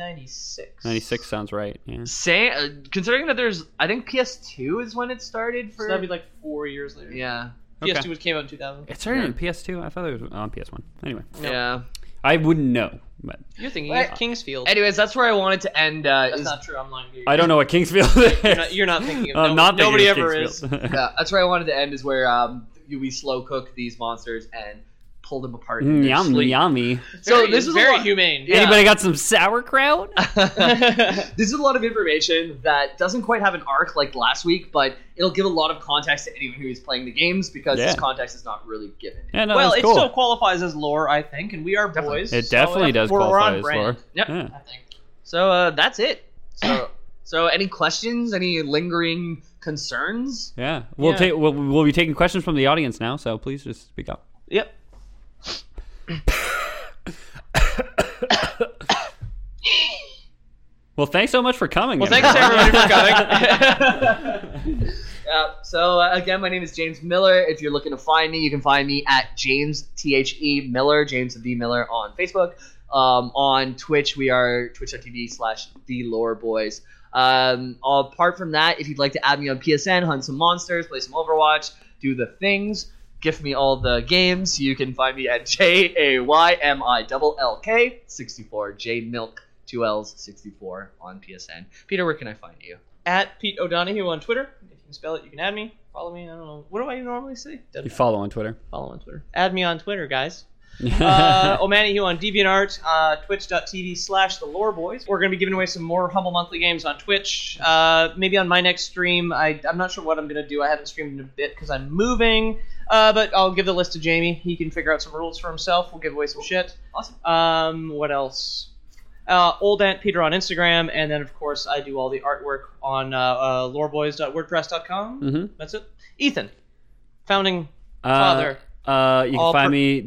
S3: 1996.
S2: 96 sounds right. Yeah.
S1: say, uh, considering that there's, I think PS2 is when it started
S3: So
S1: for.
S3: that'd be like four years later.
S1: yeah,
S2: Okay.
S3: PS2 was- came out in 2000.
S2: It started on PS2. I thought it was on PS1. Anyway,
S3: No.
S1: yeah.
S2: I wouldn't know. But
S3: You're thinking
S1: What?
S3: of Kingsfield.
S1: Anyways, that's where I wanted to end. Uh,
S3: That's
S1: is-
S3: not true. I'm lying. to you.
S2: I don't know what Kingsfield
S3: [LAUGHS]
S2: is.
S3: You're not, you're not thinking of.
S2: [LAUGHS] I'm
S3: no-
S2: not thinking
S3: nobody
S2: of
S3: ever
S2: [LAUGHS]
S3: is.
S2: Kingsfield.
S1: yeah, that's where I wanted to end is where um, you- we slow cook these monsters and pull them apart. in
S2: Mm,
S1: their
S2: yum,
S1: sleep.
S2: yummy.
S1: So
S3: Very-
S1: this is
S3: very
S1: a lot.
S3: humane.
S1: Yeah.
S2: Anybody got
S3: [LAUGHS]
S2: some sauerkraut?
S1: this is a lot of information that doesn't quite have an arc like last week, but it'll give a lot of context to anyone who is playing the games because
S2: Yeah.
S1: this context is not really given.
S2: Yeah, no,
S3: well,
S2: that's
S3: it
S2: cool.
S3: still qualifies as lore, I think, and we are
S1: Definitely.
S3: boys.
S2: It
S3: so
S2: definitely does
S3: we're, we're
S2: qualify
S3: on
S2: as
S3: brand,
S2: lore.
S1: Yep.
S2: Yeah.
S3: I think.
S2: [CLEARS THROAT]
S1: So uh, that's it. So So, any questions? Any lingering concerns?
S2: Yeah, we'll
S3: Yeah.
S2: take we'll, we'll be taking questions from the audience now. So please just speak up.
S3: Yep.
S2: Well, thanks so much for coming.
S3: Well, thanks everybody for
S2: [LAUGHS]
S3: coming.
S1: Yeah. So uh, again, my name is James Miller. If you're looking to find me, you can find me at James T H E Miller, James the Miller on Facebook. Um, on Twitch, we are twitch.tv slash the Lore Boys. Um, apart from that, if you'd like to add me on PSN, hunt some monsters, play some Overwatch, do the things, gift me all the games, you can find me at [LAUGHS] J A Y M I L L K 64 J Milk two L's 64 on PSN. Peter, where can I find you?
S3: [LAUGHS] At Pete O'Donohue on Twitter. If you can spell it, you can add me. Follow me. I don't know. What do I normally say?
S2: You
S3: Doesn't
S2: follow on Twitter.
S3: follow on Twitter. Add me on Twitter, guys.
S2: [LAUGHS]
S3: uh, O'Mani Hugh on DeviantArt, uh, twitch.tv slash the lore boys. We're going to be giving away some more Humble Monthly games on Twitch. Uh, maybe on my next stream. I, I'm not sure what I'm going to do. I haven't streamed in a bit because I'm moving. Uh, but I'll give the list to Jamie. He can figure out some rules for himself. We'll give away some shit.
S1: Awesome.
S3: Um, what else? Uh, old Aunt Peter on Instagram. And then, of course, I do all the artwork on uh, uh, loreboys.wordpress.com.
S2: Mhm.
S3: That's it. Ethan, founding
S2: Uh,
S3: Father.
S2: uh, you can
S3: All
S2: find
S3: per-
S2: me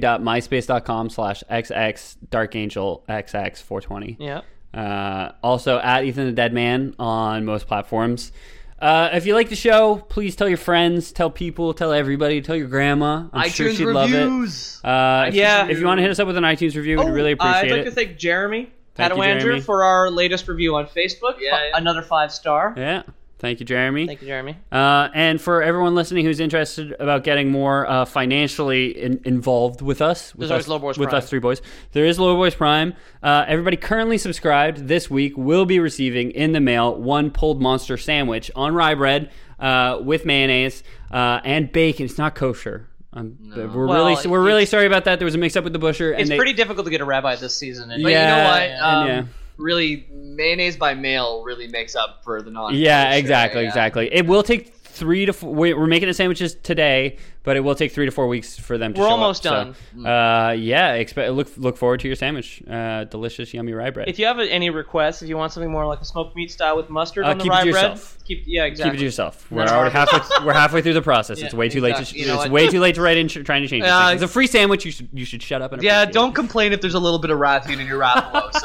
S2: www.myspace.com slash xx darkangel xx 420.
S3: Yeah.
S2: Uh, also at Ethan the Dead Man on most platforms. Uh, if you like the show, please tell your friends, tell people, tell everybody, tell your grandma. I'm
S1: iTunes
S2: sure she'd
S1: reviews.
S2: love it. Uh, if,
S3: Yeah.
S2: If you want to hit us up with an iTunes review, we'd really
S3: uh, I'd
S2: appreciate
S3: like
S2: it.
S3: to thank Jeremy
S2: Thank you,
S3: Adawandra
S2: Jeremy.
S3: for our latest review on Facebook.
S1: Yeah,
S3: Fi-
S1: yeah.
S3: Another five star.
S2: yeah. Thank you, Jeremy.
S3: Thank you, Jeremy.
S2: Uh, and for everyone listening who's interested about getting more uh, financially in- involved with us,
S3: There's
S2: with,
S3: always
S2: us,
S3: Low Boys
S2: with
S3: Prime.
S2: us three boys, there is Low Boys Prime. Uh, everybody currently subscribed this week will be receiving in the mail one pulled monster sandwich on rye bread uh, with mayonnaise uh, and bacon. It's not kosher. Um, but We're
S3: Well,
S2: really we're
S3: it's-
S2: really sorry about that. There was a mix up with the busher. and
S3: It's
S2: they-
S3: pretty difficult to get a rabbi this season. And
S1: But you know
S2: Yeah,
S1: what? Um,
S2: yeah.
S1: Really, mayonnaise by mail really makes up for the non.
S2: Yeah, exactly, exactly. It will take three to four. we- We're making the sandwiches today, but it will take three to four weeks for them. to
S3: We're
S2: show
S3: almost
S2: up,
S3: done.
S2: So, uh, yeah, expect look look forward to your sandwich. Uh, delicious, yummy rye bread.
S3: If you have any requests, if you want something more like a smoked meat style with mustard
S2: Uh,
S3: on the
S2: keep it to
S3: rye bread,
S2: yourself.
S3: keep yeah
S2: Keep it
S3: exactly.
S2: to yourself. We're
S3: That's
S2: already halfway. We're halfway through the process. it's
S3: Yeah,
S2: way too late. To,
S1: exactly. You know
S2: it's
S1: what?
S2: way too late to write in, trying to change. these
S1: Yeah,
S2: things. it's a free sandwich. You should you should shut up and
S1: Yeah,
S2: appreciate
S1: don't complain if there's a little bit of Rathian in your Rathalos,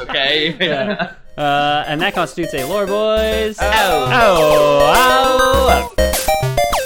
S2: [LAUGHS]
S1: okay? [LAUGHS]
S2: Yeah. it. Uh, and that constitutes a lore, boys.
S3: Uh,
S2: Oh,
S1: Ow.
S2: Ow. Ow.